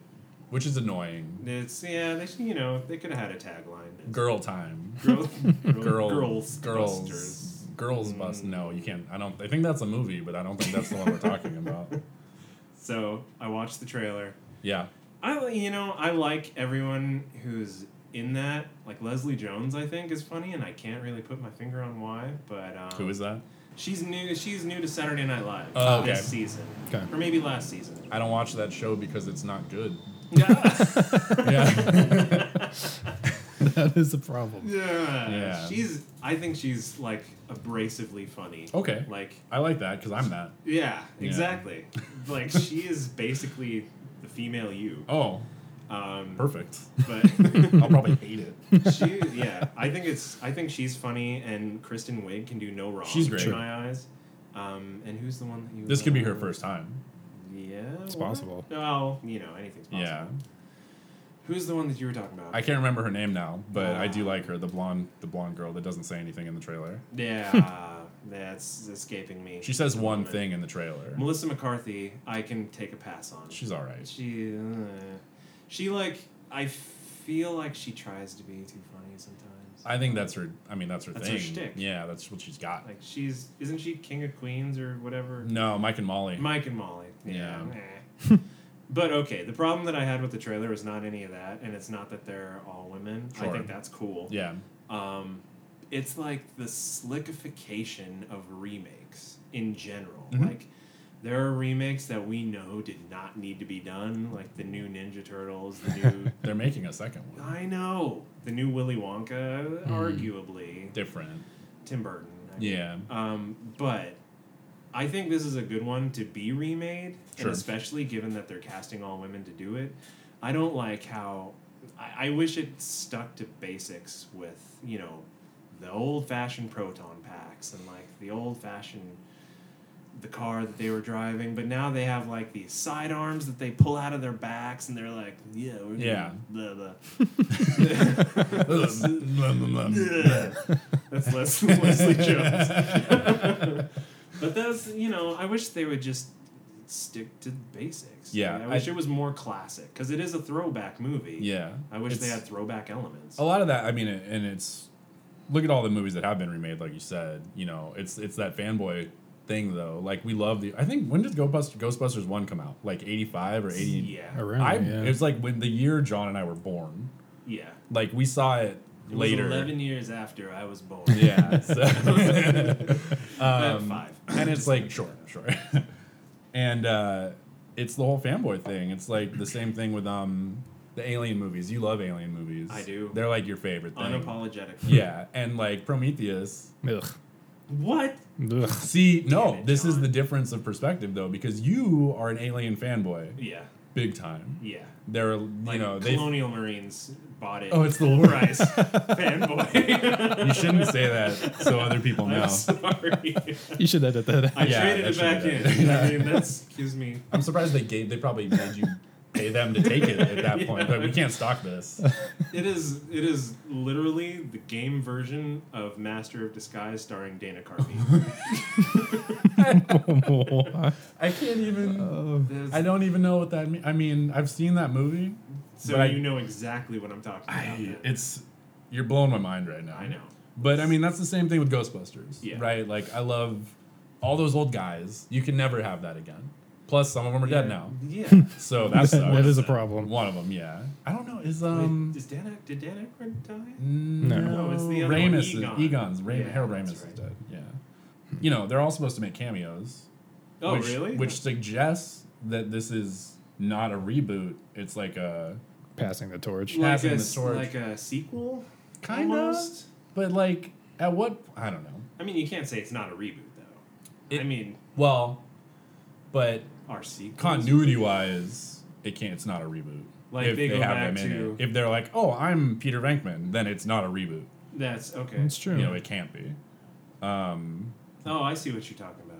S2: Which is annoying.
S1: It's yeah. They should, you know they could have had a tagline.
S2: Girl time.
S1: <laughs> Girl,
S2: <laughs> Girl.
S1: girls,
S2: Girls.
S1: Busters. Mm.
S2: Girls bust. No, you can't. I don't. I think that's a movie, but I don't think that's the one we're
S1: <laughs>
S2: talking about.
S1: So I watched the trailer.
S2: Yeah.
S1: I you know I like everyone who's in that. Like Leslie Jones, I think is funny, and I can't really put my finger on why. But um,
S2: Who is that?
S1: She's new. She's new to Saturday Night Live
S2: Oh, okay.
S1: this season,
S3: Okay.
S1: or maybe last
S2: <laughs>
S1: season.
S2: I don't watch that show because it's not good.
S1: yeah.
S2: Yeah.
S3: <laughs>
S1: <laughs>
S3: that is the problem.
S2: Yeah.
S1: She's. I think she's like abrasively funny.
S2: okay.
S1: Like
S2: I like that because I'm that.
S1: yeah,
S2: Yeah.
S1: exactly. like she is basically the female you.
S2: Oh,
S1: Um,
S2: <laughs> perfect.
S1: But.
S2: I'll probably hate it.
S1: she, yeah, I think it's. I think she's funny, and Kristen Wiig can do no wrong.
S2: She's great.
S1: in my eyes. Um, and who's the one that you?
S2: This could be her first time.
S1: Yeah, it's
S3: possible.
S1: No, you know anything's possible.
S2: Yeah.
S1: Who's the one that you were talking about?
S2: I can't remember her name now, but I do like her, the blonde, the blonde girl that doesn't say anything in the trailer.
S1: <laughs> yeah, that's escaping me.
S2: She says
S1: at the
S2: one
S1: moment.
S2: thing in the trailer.
S1: Melissa McCarthy, I can take a pass on.
S2: She's all right.
S1: she, uh, she like I feel like she tries to be too funny sometimes.
S2: I think that's her. I mean, that's her
S1: That's
S2: thing.
S1: her shtick.
S2: Yeah, that's what she's got.
S1: like she's isn't she King of Queens or whatever?
S2: no, Mike and Molly.
S1: Mike and Molly.
S2: Yeah.
S1: meh. but okay, the problem that I had with the trailer is not any of that, and it's not that they're all women. I
S2: Sure.
S1: think that's cool.
S2: yeah,
S1: Um, it's like the slickification of remakes in general. Like, there are remakes that we know did not need to be done, like the new Ninja Turtles, the new.
S2: they're making a second one.
S1: <laughs> I know! The new Willy Wonka, arguably.
S2: Different.
S1: Tim Burton. I mean.
S2: Yeah.
S1: Um, but I think this is a good one to be remade,
S2: Sure.
S1: and especially given that they're casting all women to do it. I don't like how. I, I wish it stuck to basics with you know the old fashioned proton packs and like the old fashioned the car that they were driving, but now they have like these sidearms that they pull out of their backs, and they're like, "Yeah, we're gonna
S2: Yeah.
S1: blah blah." <laughs>
S2: yeah. <laughs>
S1: That's Les- <laughs> Leslie Jones.
S2: <laughs>
S1: but that's you know, I wish they would just stick to the basics.
S2: Yeah,
S1: I wish
S2: I-
S1: it was more classic because it is a throwback movie.
S2: <laughs> Yeah.
S1: I wish they
S2: It's- Oh,
S1: had throwback elements.
S2: a lot of that i mean it- and it's look at all the movies that have been remade like you said you know it's it's that fanboy thing though like we love the i think when did ghostbusters, ghostbusters 1 come out like 85 or 80
S1: Yeah,
S3: Around,
S2: I,
S3: Oh, yeah.
S2: it was like when the year john and i were born
S1: yeah.
S2: like we saw
S1: It
S2: it,
S1: was
S2: later
S1: eleven years after I was born. <laughs>
S2: yeah Um, so <laughs>
S1: Uh, five.
S2: and it's like sure sure <laughs> and uh it's the whole fanboy thing it's like the same thing with um the alien movies you love alien movies
S1: I do.
S2: they're like your favorite thing
S1: <laughs> Unapologetic.
S2: Yeah, and like Prometheus.
S3: Ugh.
S1: What?
S3: Ugh.
S2: See, no,
S1: Damn it,
S2: this is
S1: John.
S2: the difference of perspective though, because you are an alien fanboy,
S1: Yeah.
S2: big time.
S1: Yeah.
S2: They're you
S1: Like
S2: know they.
S1: colonial marines bought it.
S2: Oh, it's the
S1: price.
S2: <laughs>
S1: Fanboy.
S2: you shouldn't say that, so other <laughs> people
S1: <laughs>
S2: know.
S1: I'm sorry.
S3: <laughs> You should edit that.
S1: I
S3: out.
S2: Yeah,
S1: traded
S2: that
S1: it back
S2: should
S1: in.
S2: be that.
S1: I mean,
S2: <laughs>
S1: that's excuse me.
S2: I'm surprised they gave. They probably made you pay them to take it at that point. But we can't stock this.
S1: It is it is literally the game version of Master of Disguise starring Dana
S2: <laughs>
S1: Carvey.
S3: <laughs> What?
S2: I can't even.
S1: That's-
S2: I don't even know what that means. I mean, I've seen that movie.
S1: so
S2: but I-
S1: you know exactly what I'm talking about.
S2: I,
S1: then.
S2: it's you're blowing my mind right now.
S1: I know.
S2: But I mean, that's the same thing with Ghostbusters,
S1: Yeah.
S2: right? Like, I love all those old guys. You can never have that again. Plus, some of them are dead now, <laughs>
S1: Yeah.
S2: so that's
S3: <laughs> that is a problem.
S2: One of them, yeah. I don't know. Is um
S1: Wait, does Dan Ack- did Dan Aykroyd die?
S2: no,
S1: No, it's the other one,
S2: Ramus,
S1: Egon.
S2: Is, Egon's Ram,
S1: Yeah,
S2: Harold
S1: that's
S2: Ramis
S1: right.
S2: is dead. Yeah, you know they're all supposed to make cameos.
S1: Oh
S2: which,
S1: really?
S2: Which suggests that this is not a reboot. It's like a
S3: Passing the torch.
S1: like
S2: passing
S1: a,
S2: the
S1: s-
S2: torch.
S1: like a sequel?
S2: kind of,
S1: Almost?
S2: but like at what I don't know.
S1: I mean, you can't say it's not a reboot though.
S2: It-
S1: I mean,
S2: Well, but
S1: our sequel
S2: continuity wise, it can't. It's not a reboot.
S1: Like, they go back to-
S2: it. if they're like, oh, I'm Peter Venkman, then it's not a reboot.
S1: That's okay.
S3: That's true.
S2: You know, it can't be. Um,
S1: Oh, I see what you're talking about.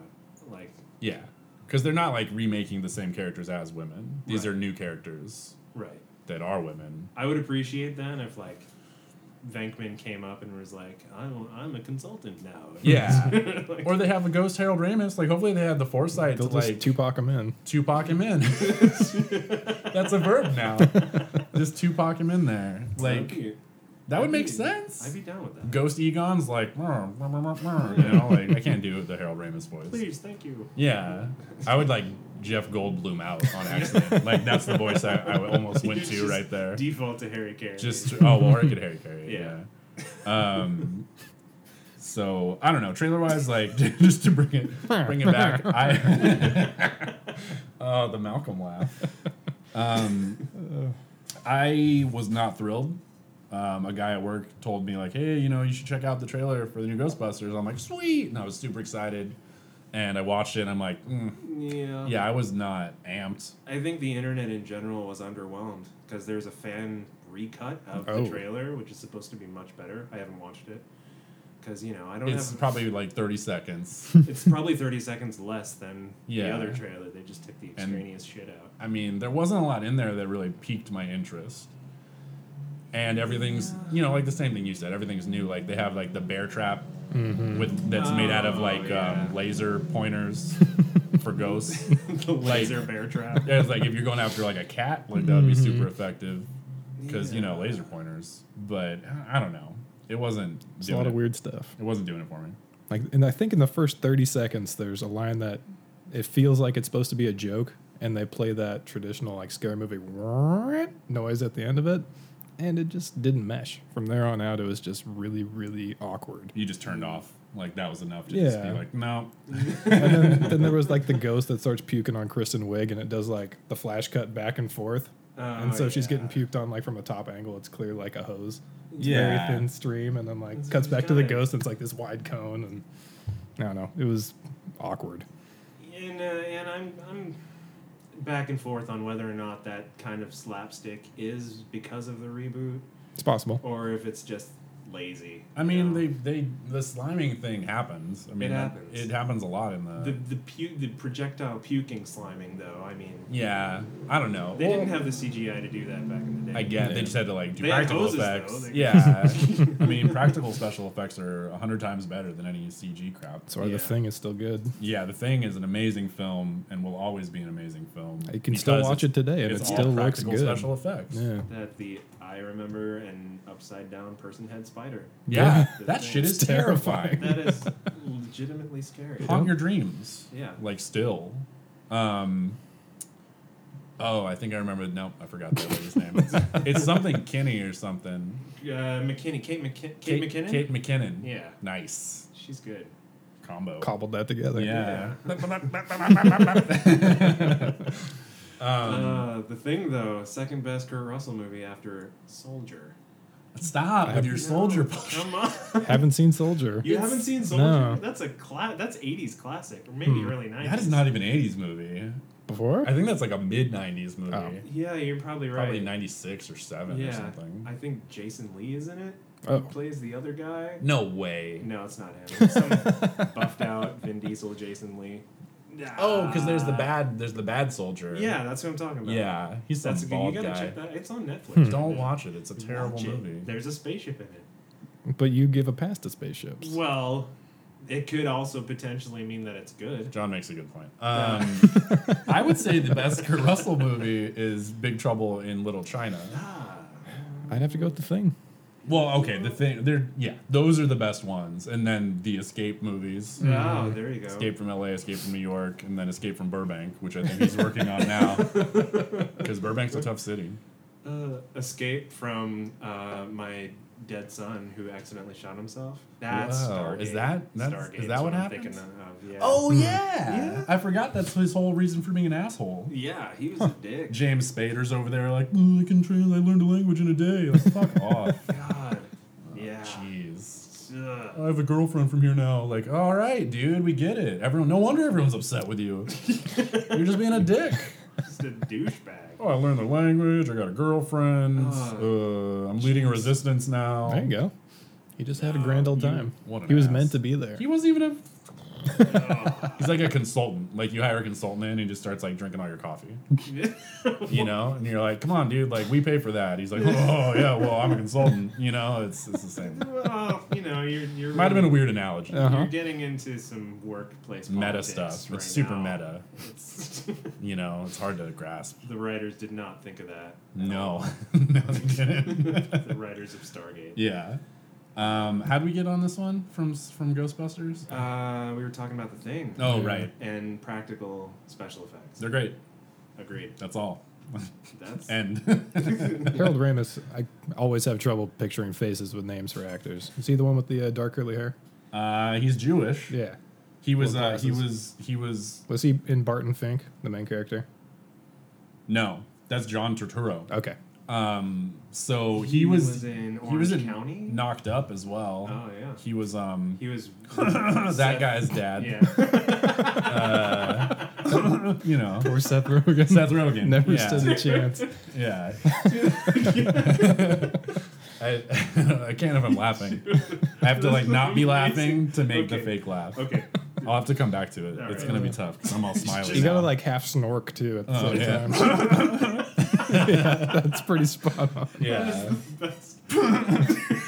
S1: Like,
S2: yeah, because they're not like remaking the same characters as women. These
S1: Right.
S2: are new characters
S1: right.
S2: that are women.
S1: <laughs> I would appreciate then if like Venkman came up and was like, "I'm I'm a consultant now." <laughs>
S2: Yeah,
S1: Like,
S2: <laughs> or they have a Ghost Harold Ramis. Like, hopefully, they have the foresight
S3: They'll
S2: to
S3: just
S2: like
S3: Tupac him in.
S2: Tupac him in. <laughs> That's a verb
S3: <laughs>
S2: now. just Tupac him in there.
S1: that'd
S2: Like
S1: be-
S2: that
S1: I'd
S2: would make
S1: be-
S2: sense.
S1: I'd be down with that.
S2: Ghost Egon's like, "Murr, murr, murr, murr, murr," you know, like I can't do the Harold Ramis voice.
S1: Please, thank you.
S2: <laughs> Yeah, I would like Jeff Goldblum out on accident. like that's the voice I, I almost went
S1: It's
S2: to
S1: just <laughs>
S2: right there.
S1: Default to Harry Carey.
S2: Just oh, well, or I could Harry Carey.
S1: <laughs> Yeah.
S2: Yeah. Um. So I don't know. Trailer wise, like <laughs> just to bring it bring it back.
S1: <laughs>
S2: I <laughs> oh the Malcolm laugh. Um, I was not thrilled. Um, a guy at work told me like, "Hey, you know, you should check out the trailer for the new Ghostbusters." I'm like, "Sweet!" and I was super excited. And I watched it, and I'm like, mm,
S1: yeah.
S2: "Yeah, I was not amped."
S1: I think the internet in general was underwhelmed because there's a fan recut of
S3: Oh.
S1: the trailer, which is supposed to be much better. I haven't watched it because you know I don't
S2: It's
S1: have.
S2: probably like 30 seconds.
S1: it's probably thirty seconds less than the
S2: Yeah.
S1: other trailer. They just took the extraneous shit out. <laughs>
S2: I mean, there wasn't a lot in there that really piqued my interest. And everything's, you know, like the same thing you said. Everything's new. Like they have like the bear trap
S3: Mm-hmm.
S2: with that's made out of
S1: Oh,
S2: like
S1: yeah.
S2: um, laser
S3: <laughs>
S2: pointers for ghosts.
S1: the laser bear trap.
S2: Yeah, it's like if you're going after like a cat, like that would be
S3: Mm-hmm.
S2: super effective because you know laser pointers. But I I don't know. It wasn't.
S3: It's a
S2: doing
S3: lot of
S2: it-
S3: weird stuff.
S2: It wasn't doing it for me.
S3: Like, and I think in the first 30 seconds, there's a line that it feels like it's supposed to be a joke, and they play that traditional like scary movie <laughs> noise at the end of it, and it just didn't mesh. From there on out, it was just really, really awkward.
S2: You just turned off. Like that was enough to just be
S3: Yeah.
S2: like, no,
S3: And then, then there was like the ghost that starts puking on Kristen Wiig, and it does like the flash cut back and forth. and
S1: Oh,
S3: so she's
S1: yeah.
S3: getting puked on like from a top angle. It's clear like a hose. It's
S2: Yeah.
S3: very thin stream, and then like
S1: That's
S3: cuts
S1: what you
S3: back to the
S1: got.
S3: ghost, and it's like this wide cone, and I don't know. It was awkward.
S1: And uh, and I'm I'm back and forth on whether or not that kind of slapstick is because of the reboot
S3: It's possible.
S1: or if it's just lazy.
S2: I mean,
S1: you know?
S2: they they the sliming thing happens. I mean, that-
S1: happens.
S2: It happens a lot in the.
S1: the the pu- the projectile puking sliming though. I mean,
S2: yeah, I don't know.
S1: they
S2: Well,
S1: didn't have the CGI to do that back in the day.
S2: I get. They just had to like do
S1: They had
S2: practical
S1: hoses,
S2: effects.
S1: though. They-
S2: yeah, <laughs>
S1: <laughs>
S2: I mean, practical special effects are hundred times better than any CG crap.
S3: That's why the
S1: Yeah.
S3: thing is still good.
S2: Yeah, The Thing is an amazing film and will always be an amazing film.
S3: You can still
S2: because
S3: watch
S2: it's-
S3: it today and
S2: it's
S3: it
S2: all
S3: still looks
S2: practical
S3: good.
S2: Special effects.
S3: Yeah.
S1: That the I remember an upside down person head spider.
S2: Yeah,
S1: Yeah.
S2: that shit is
S3: It's terrifying.
S1: <laughs>
S2: terrifying.
S1: That is legitimately scary.
S2: Haunt your dreams.
S1: Yeah.
S2: Like still. Um Oh, I think I remember. Nope, I forgot the lady's name.
S1: <laughs>
S2: It's, it's something Kenny or something.
S1: Uh, McKinney, Kate, McKin- Kate, McKinnon.
S2: Kate McKinnon.
S1: Yeah.
S2: Nice
S1: She's good.
S2: combo.
S3: Cobbled that together.
S2: yeah. <laughs> Um,
S1: uh, the thing though, second best Kurt Russell movie after Soldier.
S2: Stop with your soldier bullshit.
S1: Come on.
S3: <laughs> Haven't seen Soldier.
S1: <laughs> You haven't seen Soldier?
S3: no.
S1: That's a cla- That's eighties classic, or maybe early nineties.
S2: <laughs> Hmm. That is not even an '80s movie.
S3: Before?
S2: I think that's like a mid '90s movie.
S3: Oh.
S1: Yeah, you're probably right.
S2: Probably '96 or '7
S1: yeah,
S2: or something.
S1: I think Jason Lee is in it.
S3: Oh.
S1: He plays the other guy.
S2: no way.
S1: No, it's
S2: <laughs>
S1: not him. It's some buffed out Vin Diesel, Jason Lee.
S2: Oh, because there's the bad. There's the bad soldier.
S1: Yeah, that's what I'm talking about.
S2: Yeah, he's some
S1: that's a good. You
S2: bald
S1: gotta
S2: guy.
S1: check that. It's on Netflix.
S2: Don't watch it. It's a terrible
S1: Hmm. Watch it.
S2: movie.
S1: There's a spaceship in it.
S3: <laughs> But you give a pass to spaceships.
S1: Well, it could also potentially mean that it's good.
S2: John makes a good point. Um, <laughs> I would say the best Kurt Russell movie is Big Trouble in Little China.
S1: Ah,
S3: I'd have to go with the thing.
S2: Well, okay, the thing, they're yeah, those are the best ones, and then the escape movies.
S1: oh, there you go.
S2: Hmm. Escape from LA, Escape from New York, and then Escape from Burbank, which I think he's working on <laughs> now. Because Burbank's a tough city.
S1: Uh, escape from uh, my dead son who accidentally shot himself. That's
S2: Wow.
S1: Stargate.
S2: Is that- that's- is
S1: Stargate's
S2: that what Oh!
S1: I'm
S2: happens?
S1: thinking of, yeah.
S2: yeah. I forgot that's his whole reason for being an asshole.
S1: yeah, he
S2: <laughs>
S1: was a dick.
S2: James Spader's over there like, "Oh, I can train, I learned a language in a day. Like, fuck off.
S1: God, yeah.
S2: Oh, Jeez.
S1: Ugh.
S2: I have a girlfriend from here now. Like, all right, dude, we get it. Everyone, no wonder everyone's upset with you. You're just being a dick.
S1: Just a douchebag. <laughs>
S2: Oh, I learned the language. I got a girlfriend. Uh, I'm leading a resistance now.
S3: There you go. He just had a grand old
S2: you-
S3: time.
S2: what an
S3: He was
S2: ass.
S3: meant to be there.
S2: He wasn't even a. He's like a consultant. Like you hire a consultant in, and he just starts like drinking all your coffee. You know, and you're like, "Come on, dude! Like we pay for that." He's like, "Oh yeah, well I'm a consultant." You know, it's it's the same.
S1: well, you know, you're you're
S2: Might have been a weird analogy.
S1: You're
S3: Uh-huh.
S1: getting into some workplace
S2: Meta
S1: politics
S2: stuff. It's
S1: right
S2: super
S1: now.
S2: meta.
S1: It's- <laughs>
S2: You know, it's hard to grasp.
S1: the writers did not think of that.
S2: No, no, <laughs> they didn't.
S1: The writers of Stargate.
S2: <laughs> yeah. Um, how do we get on this one from from Ghostbusters?
S1: Uh, we were talking about the thing.
S2: Oh right,
S1: And practical special effects.
S2: they're great.
S1: Agreed.
S2: That's all.
S1: That's
S2: End. <laughs>
S3: Harold Ramis, I always have trouble picturing faces with names for actors. Is he the one with the uh, dark curly hair?
S2: uh, he's Jewish.
S3: Yeah.
S2: He was.
S3: Well,
S2: Uh, he was.
S3: glasses.
S2: He was.
S3: Was he in Barton Fink, the main character?
S2: No, that's John Turturro.
S3: Okay.
S2: Um, so he,
S1: He
S2: was.
S1: was in
S2: he
S1: Orange
S2: was in
S1: County?
S2: Knocked Up as well.
S1: Oh, yeah.
S2: He was. Um,
S1: <laughs> he
S2: <laughs>
S1: was
S2: that guy's dad.
S1: Yeah.
S2: <laughs> you know,
S3: <laughs> Or Seth Rogen.
S2: Seth Rogen.
S3: Never
S2: yeah.
S3: stood
S2: <laughs>
S3: a chance.
S2: Yeah. I, <laughs> I can't if I'm laughing. I have to like not be laughing to make the
S1: Okay.
S2: fake laugh. <laughs>
S1: okay.
S2: I'll have to come back to it.
S1: All
S2: it's
S1: right.
S2: gonna be tough
S1: <laughs>
S2: because I'm all smiling.
S3: You gotta
S2: now.
S3: like half snork too at the
S2: Oh,
S3: same
S2: yeah. <laughs>
S3: time. yeah, that's pretty spot on.
S2: yeah.
S1: That's
S2: <laughs>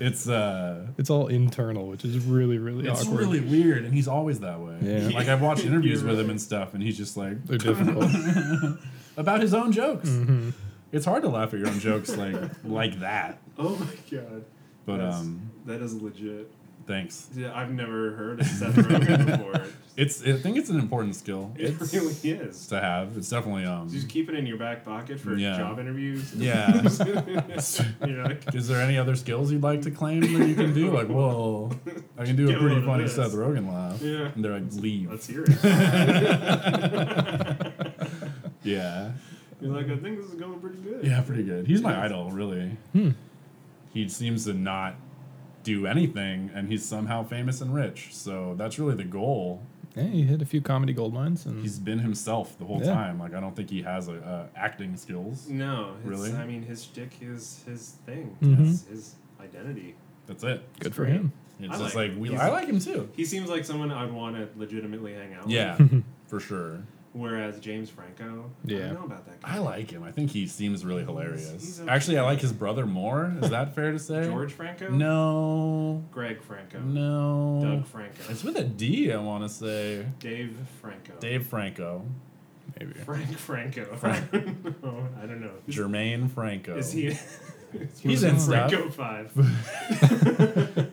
S2: It's uh,
S3: It's all internal, which is really, really
S2: it's
S3: awkward.
S2: really weird, and he's always that way.
S3: Yeah.
S2: Like I've watched
S1: <laughs>
S2: interviews
S1: You're
S2: with him
S1: right.
S2: and stuff, and he's just like <laughs>
S3: They're difficult. Mm-hmm.
S2: about his own jokes.
S3: Mm.
S2: It's hard to laugh at your own
S1: <laughs>
S2: jokes like like that.
S1: Oh my god.
S2: But
S1: That's-
S2: um,
S1: that is legit.
S2: thanks.
S1: Yeah, I've never heard of Seth
S2: <laughs>
S1: Rogen before.
S2: It's I think it's an important skill
S1: It
S2: It's-
S1: really is.
S2: to have. It's definitely um.
S1: Just keep it in your back pocket for
S2: Yeah.
S1: job interviews.
S2: Yeah.
S1: <laughs> You're like,
S2: Is there any other skills you'd like to claim that you can do? Like, well, I can do a
S1: Get a
S2: pretty
S1: load of
S2: funny
S1: this.
S2: Seth Rogen laugh.
S1: Yeah.
S2: And they're like,
S1: let's
S2: leave.
S1: hear it.
S2: <laughs>
S1: <laughs>
S2: Yeah.
S1: You're like, I think this is going pretty good.
S2: Yeah, pretty good. He's my idol, really.
S3: Hmm.
S2: He seems to not do anything, and he's somehow famous and rich. So that's really the goal.
S3: yeah, he hit a few comedy gold mines and
S2: He's been himself the whole
S3: Hmm. Yeah.
S2: time. Like, I don't think he has a, uh, acting skills.
S1: No, his,
S2: Really? Mm-hmm.
S1: I mean, his shtick is his thing.
S3: Mhm.
S1: It's his identity.
S2: That's it.
S3: Good for him.
S2: It's
S1: I
S2: just
S1: like
S2: like,
S1: him.
S2: we.
S1: He's-
S2: I like him too.
S1: He seems like someone I'd want to legitimately hang out
S2: Yeah,
S1: with.
S3: <laughs>
S2: for sure.
S1: Whereas James Franco, I
S3: Yeah.
S1: don't know about that guy.
S2: I like him. I think he seems really hilarious.
S1: he's okay.
S2: Actually, I like his brother more. Is that fair to say?
S1: George Franco?
S2: No.
S1: Greg Franco.
S2: No.
S1: Doug Franco.
S2: It's with a D, I want to say.
S1: Dave Franco.
S2: Dave Franco.
S3: Maybe.
S1: Frank Franco.
S2: Frank.
S1: <laughs> I don't know. I don't know. Is-
S2: Jermaine Franco.
S1: Is he?
S2: He's
S3: in
S1: Franco Five.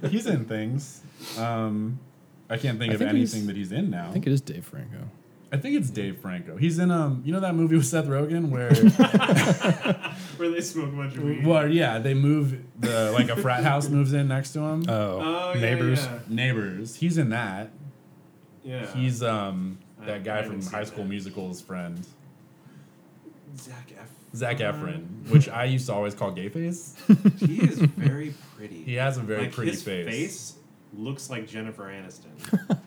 S2: he's in things. Um, I can't think
S3: I
S2: of
S3: think he's-
S2: anything that he's in now.
S3: I think it is Dave Franco.
S2: I think it's Dave Franco. He's in um, you know that movie with Seth Rogen
S1: <laughs>
S2: where,
S1: Where they smoke a bunch of weed.
S2: well, yeah, they move the like a frat house moves in next to him.
S3: Oh,
S1: Oh,
S3: neighbors.
S1: Yeah.
S2: Neighbors. He's in that.
S1: yeah. yeah.
S2: He's um
S1: I-
S2: that
S1: I
S2: guy
S1: haven't
S2: from
S1: seen
S2: High School
S1: that.
S2: Musical's friend,
S1: Zach Efron.
S2: Zach Efron, which I used to always call gay face.
S1: He is very pretty.
S2: <laughs> He has a very
S1: like,
S2: pretty
S1: his face. looks like Jennifer
S2: <laughs>
S1: Aniston.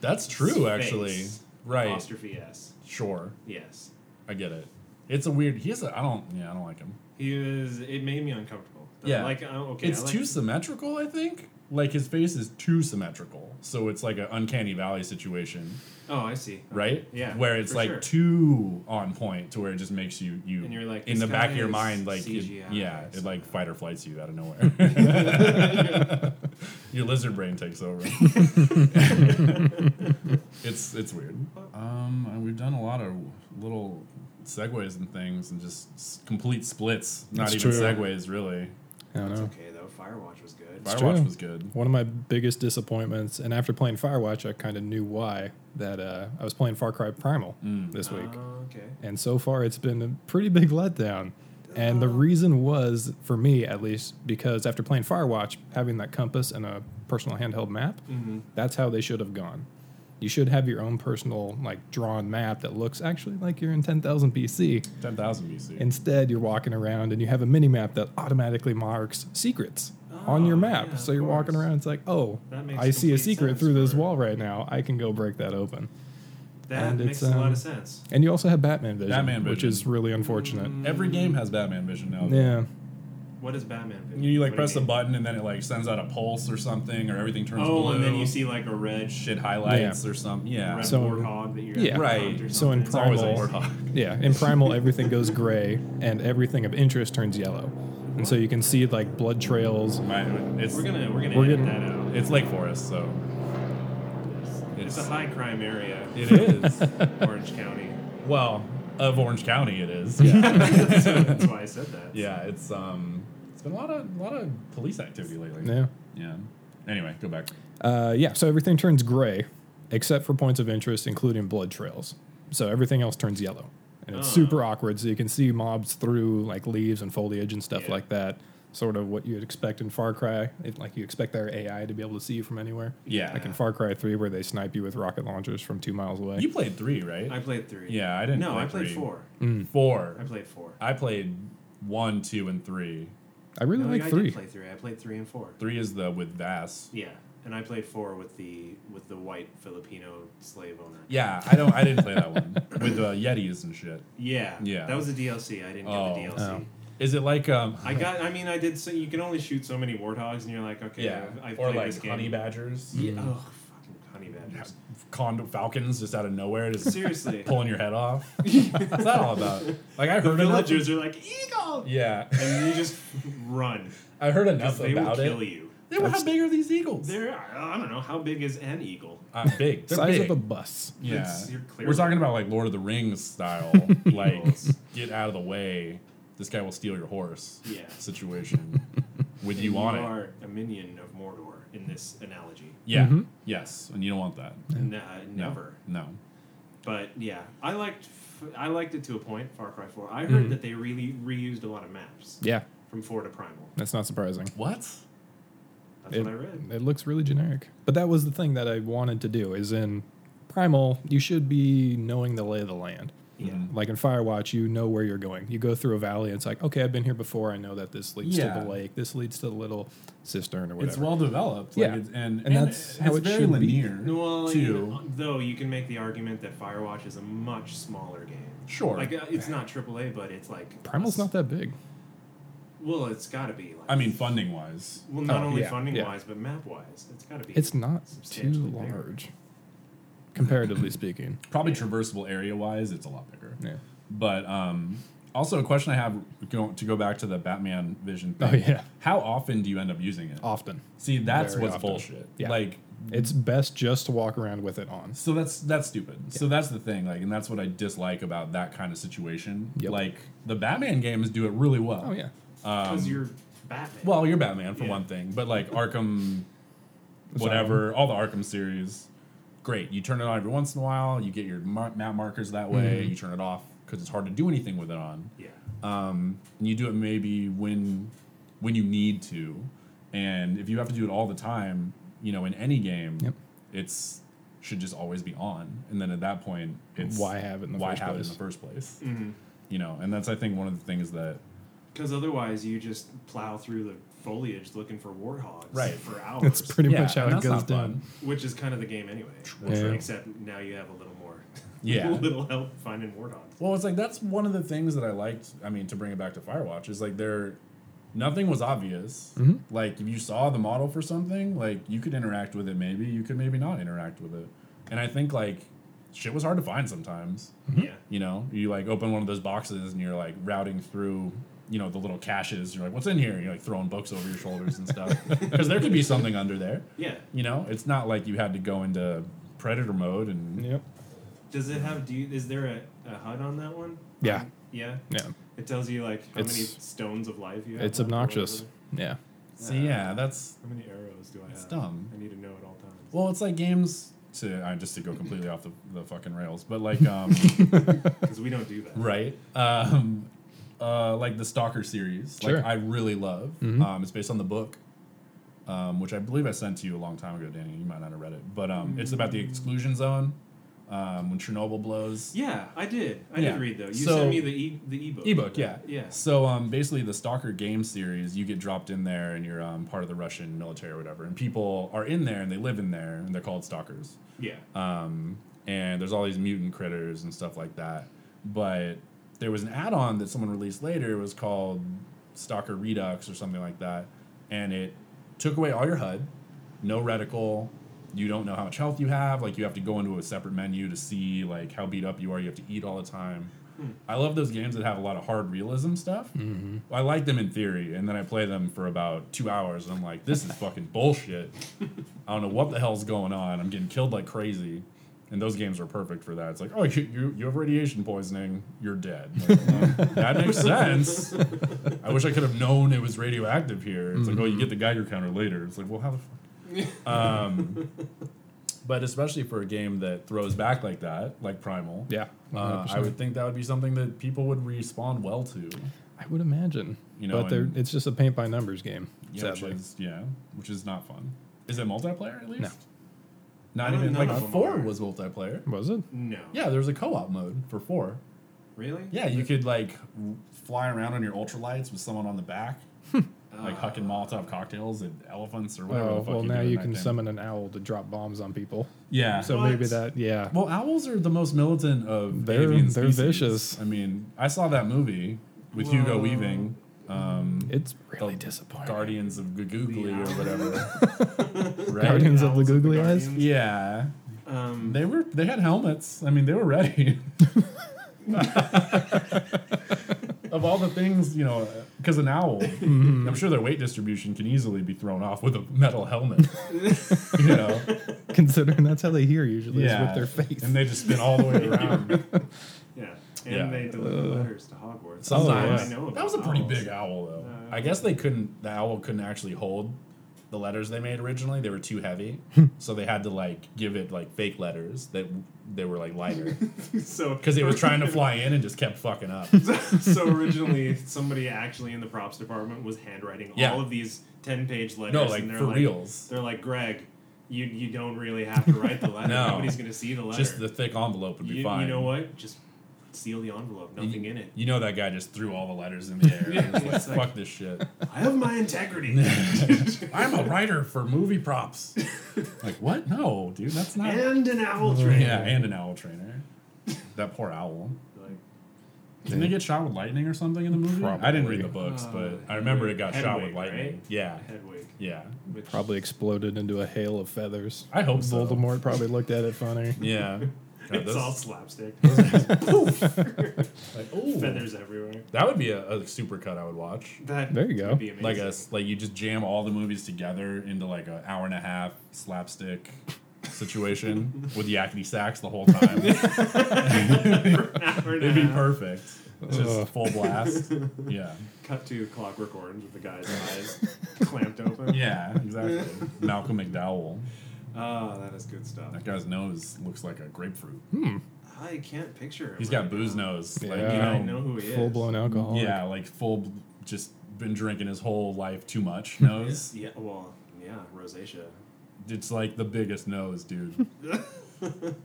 S2: That's true,
S1: His
S2: actually.
S1: face.
S2: Right.
S1: Apostrophe S.
S2: Sure,
S1: Yes.
S2: I get it. It's a weird. He's. A, I don't. Yeah, I don't like him.
S1: He was. It made me uncomfortable.
S2: Yeah.
S1: Like oh, okay.
S2: it's
S1: I like,
S2: too symmetrical. I think. Like his face is too symmetrical, so it's like an uncanny valley situation,
S1: Oh, I see.
S2: right?
S1: Yeah,
S2: Where it's
S1: for
S2: like
S1: sure.
S2: too on point to where it just makes you you
S1: And you're like,
S2: in the
S1: this
S2: back
S1: guy
S2: of your
S1: is
S2: mind like it-
S1: CGI or
S2: yeah it like
S1: something.
S2: fight or flights you out of nowhere.
S1: <laughs>
S2: <laughs> your lizard brain takes over. it's it's weird. Um, and we've done a lot of little segues and things, and just s- complete splits. Not
S3: That's
S2: even
S3: true.
S2: segues, really.
S3: I don't know.
S1: Okay, though Firewatch was good.
S3: It's
S2: Firewatch
S3: true.
S2: was good.
S3: One of my biggest disappointments, and after playing Firewatch, I kind of knew why that uh, I was playing Far Cry Primal this week,
S1: Oh, okay.
S3: and so far it's been a pretty big letdown. And the
S1: Oh.
S3: reason was, for me at least, because after playing Firewatch, having that compass and a personal handheld map,
S1: Mm-hmm.
S3: that's how they should have gone. You should have your own personal, like drawn map that looks actually like you're in 10,000 BC.
S2: Ten thousand BC.
S3: Instead, you're walking around and you have a mini map that automatically marks secrets on your
S1: Oh,
S3: map.
S1: yeah,
S3: so
S1: of
S3: you're walking
S1: course.
S3: around, it's like, oh,
S1: That makes
S3: I see a
S1: complete
S3: secret
S1: sense
S3: through this
S1: for-
S3: wall right now. I can go break that open.
S1: That
S3: And
S1: makes
S3: it's,
S1: a lot
S3: um,
S1: of sense.
S3: And you also have Batman Vision,
S2: Batman
S3: which
S2: Vision.
S3: is really unfortunate.
S1: Mm.
S2: Every game has Batman vision now. though.
S3: Yeah.
S1: What is Batman? Vision?
S2: You
S1: What
S2: like
S1: do
S2: press the
S1: mean?
S2: button and then it like sends out a pulse or something, or everything turns
S1: Oh,
S2: blue.
S1: and then you see like a red
S2: shit highlights or something. Yeah.
S1: red
S3: So-
S1: warthog that you're
S3: yeah.
S2: Right.
S1: Or
S3: So in
S1: something.
S2: it's always a
S3: Primal-
S2: warthog.
S3: Yeah, in Primal, everything goes gray, and everything of interest turns yellow, and so you can see like blood trails.
S2: <laughs> My- It's
S1: We're gonna we're gonna
S3: We're
S1: edit
S3: getting-
S1: that out.
S2: it's Lake Forest, so
S1: It's,
S2: it's-
S1: a high crime area.
S2: it is.
S1: Orange County.
S2: well, of Orange County, it is. Yeah.
S1: so that's why I said that.
S2: <laughs> yeah. It's um. It's been a lot of a lot of police activity lately.
S3: Yeah,
S2: Yeah. Anyway, go back.
S3: uh, yeah. So everything turns gray, except for points of interest, including blood trails. So everything else turns yellow, and it's
S1: Oh.
S3: super awkward. So you can see mobs through like leaves and foliage and stuff
S1: Yeah.
S3: like that. Sort of what you'd expect in Far Cry, if, like you expect their AI to be able to see you from anywhere.
S2: Yeah.
S3: Like in Far Cry Three, where they snipe you with rocket launchers from two miles away.
S2: You played three, right?
S1: I played three.
S2: yeah, I didn't.
S1: No,
S2: play
S1: I played
S2: three.
S1: four.
S2: Four.
S1: I played four.
S2: I played one, two, and three.
S3: I really
S1: No,
S3: like
S1: I
S3: three.
S1: did play three. I played three and four.
S2: Three is the with Vass.
S1: Yeah, and I played four with the with the white Filipino slave owner.
S2: Yeah, I don't. I didn't play
S1: <laughs>
S2: that one with uh, Yetis and shit.
S1: Yeah,
S2: Yeah.
S1: That was a DLC. I didn't
S2: Oh.
S1: get the DLC.
S3: Oh.
S2: Is it like um?
S1: I got. I mean, I did. So you can only shoot so many warthogs, and you're like, okay,
S2: yeah,
S1: I've, I've
S2: or
S1: played
S2: like
S1: this game.
S2: honey badgers, Mm.
S1: Yeah. Oh, fucking honey
S2: <laughs>
S1: badgers.
S2: condo falcons just out of nowhere,
S1: <laughs>
S2: just <laughs>
S1: Seriously,
S2: pulling your
S1: <laughs>
S2: head off. What's that all about? Like I
S1: the
S2: heard enough.
S1: villagers are like eagle,
S2: <laughs> Yeah,
S1: and you just <laughs> run
S2: I heard enough
S1: because they will
S2: about it.
S1: kill you.
S2: They were, how big are these eagles?
S1: They're I don't know how big is an eagle.
S2: uh, big. They're
S3: Size
S2: big.
S3: of a bus.
S2: yeah.
S1: It's- you're clear.
S2: We're talking about like Lord of
S1: <laughs>
S2: the Rings style, like get out of the way. This guy will steal your horse.
S1: Yeah.
S2: Situation with you on
S1: you
S2: it.
S1: are a minion of Mordor in this analogy.
S2: Yeah.
S3: Mhm.
S2: Yes, and you don't want that.
S1: Nah,
S2: No.
S1: never.
S2: No.
S1: But yeah, I liked f- I liked it to a point. Far Cry Four. I heard that they really reused a lot of maps
S3: Mm-hmm. Yeah,
S1: from Four to Primal.
S3: that's not surprising.
S2: What?
S1: That's
S3: it,
S1: what I read.
S3: It looks really generic. But that was the thing that I wanted to do is in Primal, you should be knowing the lay of the land.
S1: Yeah.
S3: Like in Firewatch, you know where you're going. You go through a valley, it's like, okay, I've been here before. I know that this leads to
S2: Yeah.
S3: the lake. This leads to the little cistern or whatever.
S2: It's well developed.
S3: Yeah.
S2: Like it's, and,
S3: And
S2: and
S3: that's how
S2: it's
S3: it
S2: very
S3: should be.
S2: linear
S1: Well,
S2: too.
S1: you know, though you can make the argument that Firewatch is a much smaller game.
S2: Sure.
S1: Like uh, it's not AAA, but it's like
S3: Primal's not that big.
S1: Well, it's got to be. Like,
S2: I mean, funding wise.
S1: well, not
S3: oh,
S1: only
S3: yeah,
S1: funding
S3: yeah.
S1: wise, but map wise, it's got to be.
S3: It's not too
S1: Substantially bigger.
S3: large, comparatively
S2: <laughs>
S3: speaking.
S2: Probably traversable area wise, it's a lot bigger.
S3: Yeah.
S2: But um, also, a question I have go, to go back to the Batman vision thing.
S3: Oh, yeah.
S2: How often do you end up using it?
S3: Often,
S2: See, that's
S3: Very
S2: what's
S3: often.
S2: bullshit.
S3: Yeah.
S2: Like,
S3: it's best just to walk around with it on.
S2: so that's that's stupid. So that's the thing. Like, and that's what I dislike about that kind of situation.
S3: Yep.
S2: Like, the Batman games do it really well.
S3: Oh yeah,
S1: because you're Batman.
S2: Well, you're Batman for
S1: Yeah.
S2: one thing, but like
S3: <laughs>
S2: Arkham,
S3: Asylum.
S2: whatever, all the Arkham series, great. You turn it on every once in a while. You get your mar- map markers that way.
S3: Mm-hmm.
S2: You turn it off because it's hard to do anything with it on.
S1: yeah.
S2: And you do it maybe when when you need to, and if you have to do it all the time, you know, in any game,
S3: Yep.
S2: it's should just always be on. And then at that point, it's
S3: Why have it in the
S2: why
S3: first
S2: have it in
S3: place?
S2: the first place? You know, and that's I think one of the things that
S1: Because otherwise, you just plow through the foliage looking for warthogs
S2: Right.
S1: for hours.
S3: <laughs> that's pretty
S2: Yeah,
S3: much how
S2: and
S3: it
S2: that's
S3: goes
S2: not fun.
S3: down.
S1: which is kind of the game anyway.
S3: Yeah.
S1: Except now you have a little more. <laughs>
S2: Yeah.
S1: a little help finding warthogs.
S2: Well, it's like that's one of the things that I liked. I mean, to bring it back to Firewatch is like there, nothing was obvious. Like if you saw the model for something, like you could interact with it. Maybe you could, maybe not interact with it. And I think like shit was hard to find sometimes.
S1: Yeah.
S2: You know, you like open one of those boxes and you're like routing through. You know the little caches. You're like, what's in here? And you're like throwing books over your shoulders and stuff because there could be something under there.
S1: Yeah.
S2: You know, it's not like you had to go into predator mode and
S3: Yep.
S1: Does it have? Do you? Is there a, a HUD on that one?
S3: Yeah.
S1: Yeah.
S3: Yeah.
S1: It tells you like how many
S3: It's-
S1: stones of life you have.
S3: It's
S1: left or
S3: obnoxious.
S1: whatever.
S3: Yeah.
S2: so yeah, that's
S1: How many arrows do I have?
S2: It's dumb.
S1: I need to know at all times.
S2: Well, it's like games to I just to go completely off the, the fucking rails, but <laughs> like um
S1: Because we don't do that.
S2: right um uh like the Stalker series,
S3: Sure.
S2: like I really love. Um, it's based on the book, um, which I believe I sent to you a long time ago, Danny. You might not have read it, but um, it's about the exclusion zone um, when Chernobyl blows.
S1: Yeah, I did. I
S2: Yeah.
S1: did read though. You
S2: So-
S1: sent me the e the ebook.
S2: Ebook, yeah,
S1: Yeah.
S2: So um, basically, the Stalker game series, you get dropped in there, and you're um, part of the Russian military or whatever, and people are in there and they live in there, and they're called stalkers.
S1: Yeah.
S2: um, and there's all these mutant critters and stuff like that. But there was an add-on that someone released later. It was called Stalker Redux or something like that, and it took away all your HUD, no reticle. You don't know how much health you have. Like you have to go into a separate menu to see like how beat up you are. You have to eat all the time. I love those games that have a lot of hard realism stuff. I like them in theory, and then I play them for about two hours, and I'm like, this is fucking bullshit. I don't know what the hell's going on. I'm getting killed like crazy. And those games are perfect for that. It's like, oh, you, you, you have radiation poisoning. You're dead. Like, well, that makes sense. I wish I could have known it was radioactive here. It's like, oh, you get the Geiger counter later. It's like, well, how the fuck? um, but especially for a game that throws back like that, like Primal,
S3: Yeah.
S2: uh, I
S3: 100%.
S2: would think that would be something that people would respond well to.
S3: I would imagine.
S2: You know,
S3: but they're,
S2: and-
S3: it's just a paint by numbers game.
S2: Yeah, which
S3: sadly.
S2: is, yeah, which is not fun. Is it multiplayer at least?
S3: No.
S1: I
S2: Not
S1: don't
S2: even
S1: know
S2: like
S1: if I'm
S2: four
S1: aware.
S2: was multiplayer.
S3: Was it?
S1: No.
S2: Yeah, there was a co-op mode for four.
S1: Really?
S2: Yeah, you could like r- fly around on your ultralights with someone on the
S3: <laughs>
S2: back, like hucking Molotov cocktails at elephants or whatever.
S3: Oh,
S2: the fuck
S3: well,
S2: you
S3: now
S2: do in
S3: you
S2: that
S3: can
S2: thing.
S3: summon an owl to drop bombs on people.
S2: Yeah.
S3: So
S1: What?
S3: maybe that, yeah.
S2: well, owls are the most militant of
S3: They're-
S2: avian
S3: they're
S2: species.
S3: vicious.
S2: I mean, I saw that movie with Hugo
S1: Whoa.
S2: Weaving, um,
S3: it's
S2: the
S3: really disappointing.
S2: Guardians of Googly or
S1: owl.
S2: whatever.
S3: <laughs>
S2: right?
S3: Guardians of the
S1: Owls of the
S3: Googly Eyes?
S1: Guardians.
S2: Yeah,
S1: Um,
S2: They were they had helmets. I mean, they were
S1: <laughs>
S2: ready. of all the things, you know, because an owl, I'm sure their weight distribution can easily be thrown off with a metal helmet. you
S1: <laughs>
S2: know,
S3: <laughs> Considering that's how they hear usually,
S2: yeah,
S3: is with their face.
S2: and they just spin all the way
S1: <laughs>
S2: around.
S1: yeah. And
S2: Yeah.
S1: they deliver letters to Hogwarts.
S2: Sometimes
S1: Oh, I know about
S2: that was a pretty
S1: owls.
S2: big owl, though.
S1: Uh,
S2: I guess they couldn't. The owl couldn't actually hold the letters they made originally. They were too heavy, so they had to like give it like fake letters that they were like lighter
S1: <laughs> so
S2: because it
S1: <laughs>
S2: was trying to fly in and just kept fucking up.
S1: so originally, somebody actually in the props department was handwriting
S2: Yeah.
S1: all of these ten-page letters.
S2: No, like
S1: and they're
S2: for
S1: like,
S2: reals.
S1: They're like, Greg, you you don't really have to write the letter.
S2: <laughs> No.
S1: Nobody's gonna see the letter.
S2: Just the thick envelope would be
S1: you,
S2: fine.
S1: you know what? Just seal the envelope. Nothing
S2: You,
S1: in
S2: <laughs>
S1: it.
S2: you know that guy just threw all the letters in the air. and was
S1: Yeah,
S2: like,
S1: it's like-
S2: Fuck this shit.
S1: I have my
S2: <laughs>
S1: integrity.
S2: I'm a writer for
S1: <laughs>
S2: movie props. like what? No, dude, that's not. <laughs>
S1: and an owl train.
S2: yeah, and an owl trainer. That poor owl.
S1: Like,
S2: Didn't they get shot with lightning or something in the movie? I didn't read the books,
S1: Uh,
S2: but I remember it got shot with
S1: Hedwig,
S2: lightning.
S1: right?
S2: Yeah,
S1: Hedwig.
S2: yeah.
S1: Which
S3: Probably exploded into a hail of feathers.
S2: I hope so.
S3: Voldemort probably looked at it funny.
S1: <laughs>
S2: Yeah. God,
S1: it's
S2: those-
S1: all
S2: <laughs>
S1: slapstick.
S2: like, ooh.
S1: Feathers everywhere.
S2: That would be a, a super cut I would watch.
S1: That
S3: There you go.
S1: would be amazing.
S2: Like
S1: <laughs>
S2: a s- like you just jam all the movies together into like an hour and a half slapstick situation with yakety sax the whole time.
S1: Hour and a
S2: It'd be
S1: half.
S2: perfect.
S3: Ugh.
S2: Just full blast. Yeah.
S1: Cut to Clockwork Orange with the guy's eyes <laughs> clamped open.
S2: Yeah, exactly. Malcolm McDowell.
S1: Oh, that is good stuff.
S2: That guy's nose looks like a grapefruit.
S1: I can't picture him.
S2: He's got
S1: right
S2: booze
S1: now.
S2: nose. Like,
S3: Yeah.
S1: Yeah, I
S2: you
S1: know
S2: know,
S1: who he is.
S3: Full blown alcohol.
S2: yeah, like full, b- just been drinking his whole life too much nose.
S1: Yeah, well, yeah, rosacea.
S2: It's like the biggest nose, dude.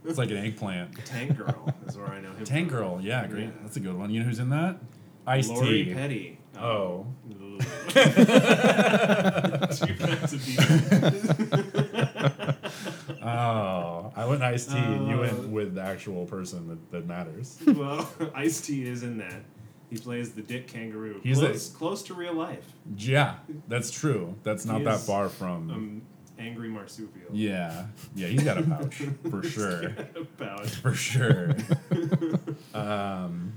S2: It's like an eggplant.
S1: Tank Girl is where I know him.
S2: Tank
S1: from.
S2: Girl, yeah, great.
S1: Yeah.
S2: That's a good one. You know who's in that? Ice
S1: Lori
S2: T.
S1: Petty.
S2: Oh.
S1: Two kinds of people.
S2: Oh, I went Ice T, and you
S1: Oh.
S2: went with the actual person that, that matters.
S1: <laughs> well, Ice T is in that. He plays the Dick Kangaroo.
S2: He's a-
S1: close, close to real life.
S2: Yeah, that's true. That's not
S1: He
S2: that
S1: is,
S2: far from.
S1: Um, angry marsupial.
S2: yeah, yeah, he's got a pouch
S1: <laughs>
S2: for sure,
S1: About
S2: for sure. um,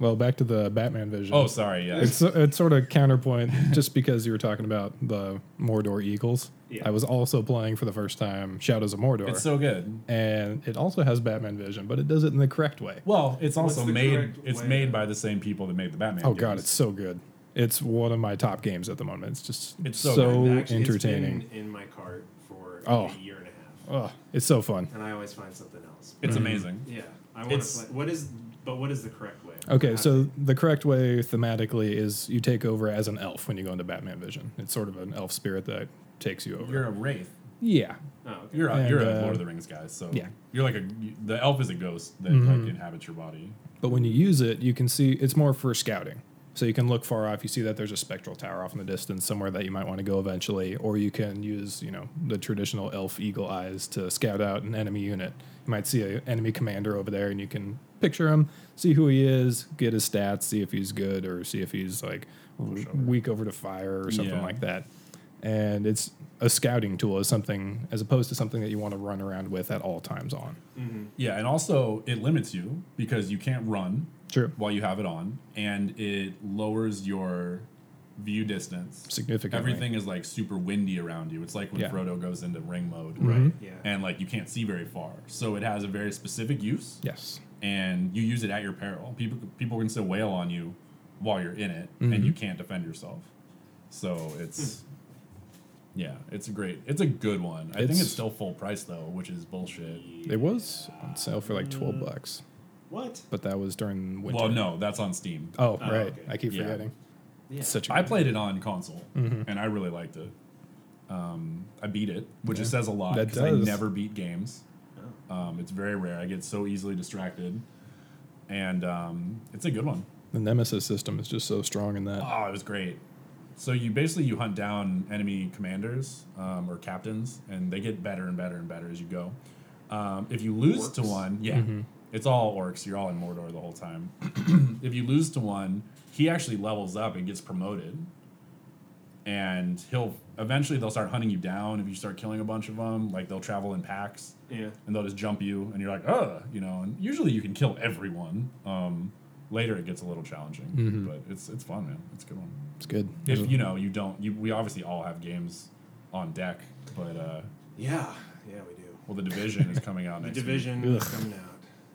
S3: Well, back to the Batman vision.
S2: oh, sorry. Yeah,
S3: It's, it's sort of counterpoint, <laughs> just because you were talking about the Mordor Eagles.
S1: Yeah.
S3: I was also playing for the first time Shadows of Mordor.
S2: it's so good.
S3: and it also has Batman vision, but it does it in the correct way.
S2: Well, it's
S1: What's
S2: also
S1: the
S2: made.
S1: correct
S2: It's
S1: way?
S2: made by the same people that made the Batman.
S3: Oh god,
S2: games.
S3: it's so good. It's one of my top games at the moment. It's just
S2: It's
S3: it's
S2: so
S3: so,
S2: good.
S1: Actually,
S3: entertaining.
S1: It's been in my cart for
S3: Oh.
S1: a year and a half,
S3: Ugh, it's so fun.
S1: and I always find something else.
S3: Mm.
S2: it's amazing.
S1: Yeah, I want to
S2: It's-
S1: play. What is? But what is the correct way?
S3: Okay,
S1: How-
S3: so the correct way thematically is you take over as an elf when you go into Batman Vision. It's sort of an elf spirit that takes you over.
S2: You're a wraith.
S3: yeah.
S1: oh, okay.
S2: You're a,
S3: And,
S2: you're a
S3: uh,
S2: Lord of the Rings guy, so
S3: yeah. Mm-hmm.
S2: You're like a you- the elf is a ghost that like inhabits your body.
S3: But when you use it, you can see it's more for scouting. So you can look far off. You see that there's a spectral tower off in the distance, somewhere that you might want to go eventually. Or you can use, you know, the traditional elf eagle eyes to scout out an enemy unit. You might see an enemy commander over there, and you can picture him, see who he is, get his stats, see if he's good, or see if he's like weak over to fire or something
S2: Yeah.
S3: like that. And it's a scouting tool, is something as opposed to something that you want to run around with at all times on.
S2: Yeah, and also it limits you because you can't run
S3: True.
S2: while you have it on, and it lowers your view distance
S3: Significantly.
S2: Everything is like super windy around you. It's like when
S3: Yeah. Mm-hmm.
S2: Frodo goes into ring mode,
S1: Right, yeah.
S2: And like you can't see very far, so it has a very specific use.
S3: Yes.
S2: and you use it at your peril. People people can still wail on you while you're in it,
S3: Mm-hmm.
S2: and you can't defend yourself. So it's yeah, it's a great, it's a good one. I think
S3: It's-
S2: it's still full price though, which is bullshit.
S3: It was on sale for like 12 bucks,
S1: What?
S3: but that was during winter.
S2: Well, no, that's on Steam.
S3: Oh,
S1: Oh,
S3: right.
S1: okay.
S3: I keep
S2: Yeah.
S3: forgetting.
S1: Yeah.
S3: It's such a
S2: I
S3: good-
S2: played it on console,
S3: Mm-hmm.
S2: and I really liked it. Um, I beat it, which it says a lot
S3: That
S2: because I
S3: does.
S2: never beat games.
S1: Oh.
S2: Um, it's very rare. I get so easily distracted, and um, it's a good one.
S3: the Nemesis system is just so strong in that.
S2: Oh, it was great. So you basically you hunt down enemy commanders um, or captains, and they get better and better and better as you go. Um, if you lose to
S1: Orcs?
S2: one, yeah, it's all orcs. You're all in Mordor the whole time. <clears throat> if you lose to one, he actually levels up and gets promoted, and he'll eventually they'll start hunting you down. If you start killing a bunch of them, like they'll travel in packs
S1: Yeah.
S2: and they'll just jump you, and you're like, oh, you know. And usually you can kill everyone. Um, later it gets a little challenging,
S3: Mm-hmm.
S2: but it's it's fun, man. It's a good one.
S3: It's good.
S2: If you know you don't, you, we obviously all have games on deck, but uh,
S1: Yeah. Yeah, we do.
S2: well, the division is coming
S1: <laughs>
S2: out
S1: The
S2: next.
S1: division
S3: week.
S1: is coming out.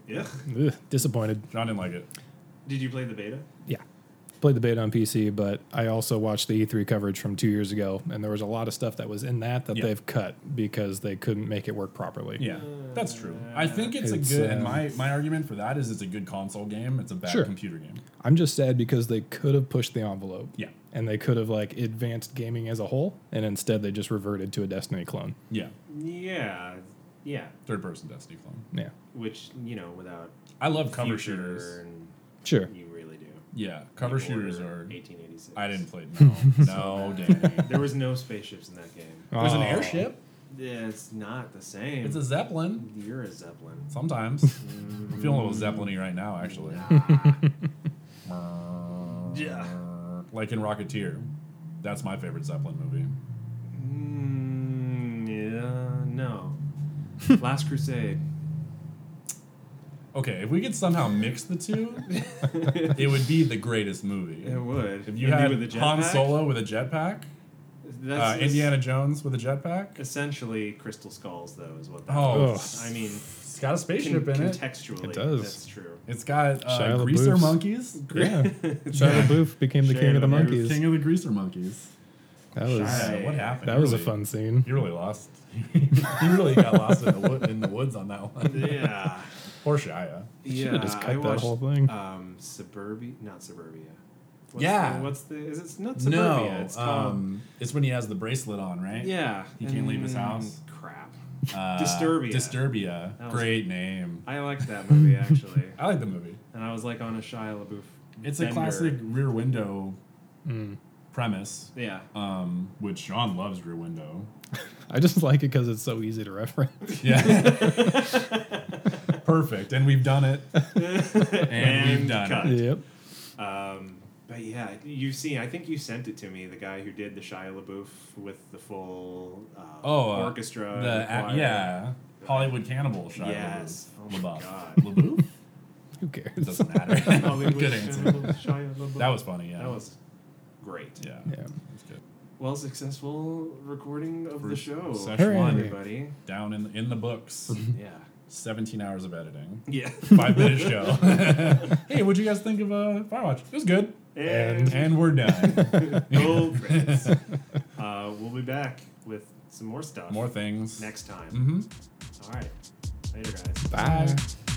S1: Yeah.
S3: Ugh, disappointed.
S2: Week. John didn't like it.
S1: Did you play the beta?
S3: Yeah. Played the beta on PC, but I also watched the E3 coverage from two years ago, and there was a lot of stuff that was in that that
S2: Yeah.
S3: they've cut because they couldn't make it work properly.
S2: Yeah, that's true. I think it's,
S3: It's,
S2: a good. and
S3: um,
S2: my my argument for that is it's a good console game. It's a bad
S3: Sure.
S2: computer game.
S3: I'm just sad because they could have pushed the envelope.
S2: Yeah.
S3: And they could have like advanced gaming as a whole, and instead they just reverted to a Destiny clone.
S2: Yeah,
S1: Yeah. Yeah.
S2: third person Destiny clone.
S3: Yeah.
S1: Which you know, without
S2: I love cover
S1: future
S2: shooters.
S1: and
S3: Sure.
S1: you really do.
S2: Yeah, cover
S1: You order
S2: shooters are.
S1: 1886.
S2: I didn't play. No, <laughs> no, Danny.
S1: <laughs> There was <laughs> no spaceships in that game.
S2: There's an
S3: Oh.
S2: airship.
S1: Yeah, It's not the same.
S2: It's a zeppelin.
S1: You're a zeppelin.
S2: Sometimes. I'm feeling a little zeppelin right now, actually.
S1: Nah. Yeah.
S2: like in Rocketeer. That's my favorite Zeppelin movie.
S1: Mm, yeah.
S3: <laughs>
S1: No. Last
S2: <laughs>
S1: Crusade.
S2: Okay, if we could somehow mix the two,
S1: it
S2: it would be the greatest movie.
S1: would.
S2: If you
S1: Indy
S2: had
S1: a
S2: Han
S1: jetpack?
S2: Solo with a jetpack, uh,
S1: That's
S2: Indiana Jones with a jetpack,
S1: Essentially, Crystal Skulls, though, is what that.
S2: Oh.
S1: is. I mean,
S2: it's got a spaceship
S1: con-
S2: in it.
S1: contextually,
S3: It does.
S1: That's true.
S2: It's got uh,
S3: Shia
S2: greaser
S3: LaBeouf's-
S2: monkeys.
S3: <laughs> Yeah.
S1: <laughs>
S3: Shia
S2: Yeah.
S3: LaBeouf became the king of the
S1: Shia LaBeouf.
S3: monkeys.
S2: King of the greaser monkeys.
S3: That was
S1: Shia.
S2: Uh, what happened?
S3: that
S2: He
S3: was a
S2: really-
S3: fun scene.
S2: He really lost. <laughs> he really got lost in the, wood, in the woods on that <laughs> one.
S3: <laughs>
S1: Yeah.
S2: Poor Shia.
S3: You
S1: yeah.
S3: should've just cut
S1: I
S3: that
S1: watched,
S3: whole thing.
S1: Um, suburbia, not suburbia. What's
S2: Yeah.
S1: The, what's the? Is it it's not suburbia? it's called.
S2: um, it's when he has the bracelet on, right?
S1: yeah.
S2: he can't leave his
S1: and
S2: house.
S1: Crap.
S2: Uh,
S1: Disturbia.
S2: Disturbia.
S1: That was-
S2: Great name.
S1: I liked that movie actually,
S2: I like the movie.
S1: and I was like on a Shia LaBeouf.
S2: It's a
S1: bender.
S2: classic Rear Window
S3: Mm.
S2: premise, <laughs>
S1: Yeah. <laughs>
S2: um, which Sean loves Rear Window.
S3: I just <laughs> like it because it's so easy to reference.
S1: <laughs>
S2: Yeah. Perfect. And we've done it.
S1: Uh, and,
S2: we've done
S1: cut.
S3: <laughs> yep.
S1: Um, but yeah, you see, I think you sent it to me, the guy who did the Shia LaBeouf with the full uh,
S2: Oh, uh,
S1: orchestra. and
S2: the
S1: choir.
S2: yeah, Hollywood Cannibal. Shia
S1: Yes. Oh my
S2: LaBeouf. LaBeouf.
S1: God. <laughs>
S2: <laughs> LaBeouf?
S3: Who cares?
S2: Doesn't matter.
S1: Hollywood
S2: Good <laughs> answer.
S1: Cannibal Shia LaBeouf.
S2: That was funny. Yeah.
S1: That was great.
S2: Yeah.
S3: <laughs> Yeah.
S2: That's good.
S1: Well, successful recording of
S2: First
S1: the show.
S2: session
S3: Hooray.
S1: one, everybody.
S2: Down in in the <laughs> books.
S1: Yeah.
S2: Seventeen hours of editing.
S1: Yeah.
S2: Five minute show. <laughs> hey, what'd you guys think of uh, Firewatch? It was good.
S1: And,
S2: And we're done.
S1: <laughs> no credits. Uh, we'll be back with some more stuff
S2: More things.
S1: next time.
S2: Mm-hmm.
S1: All right. Later, guys.
S3: <laughs> Bye.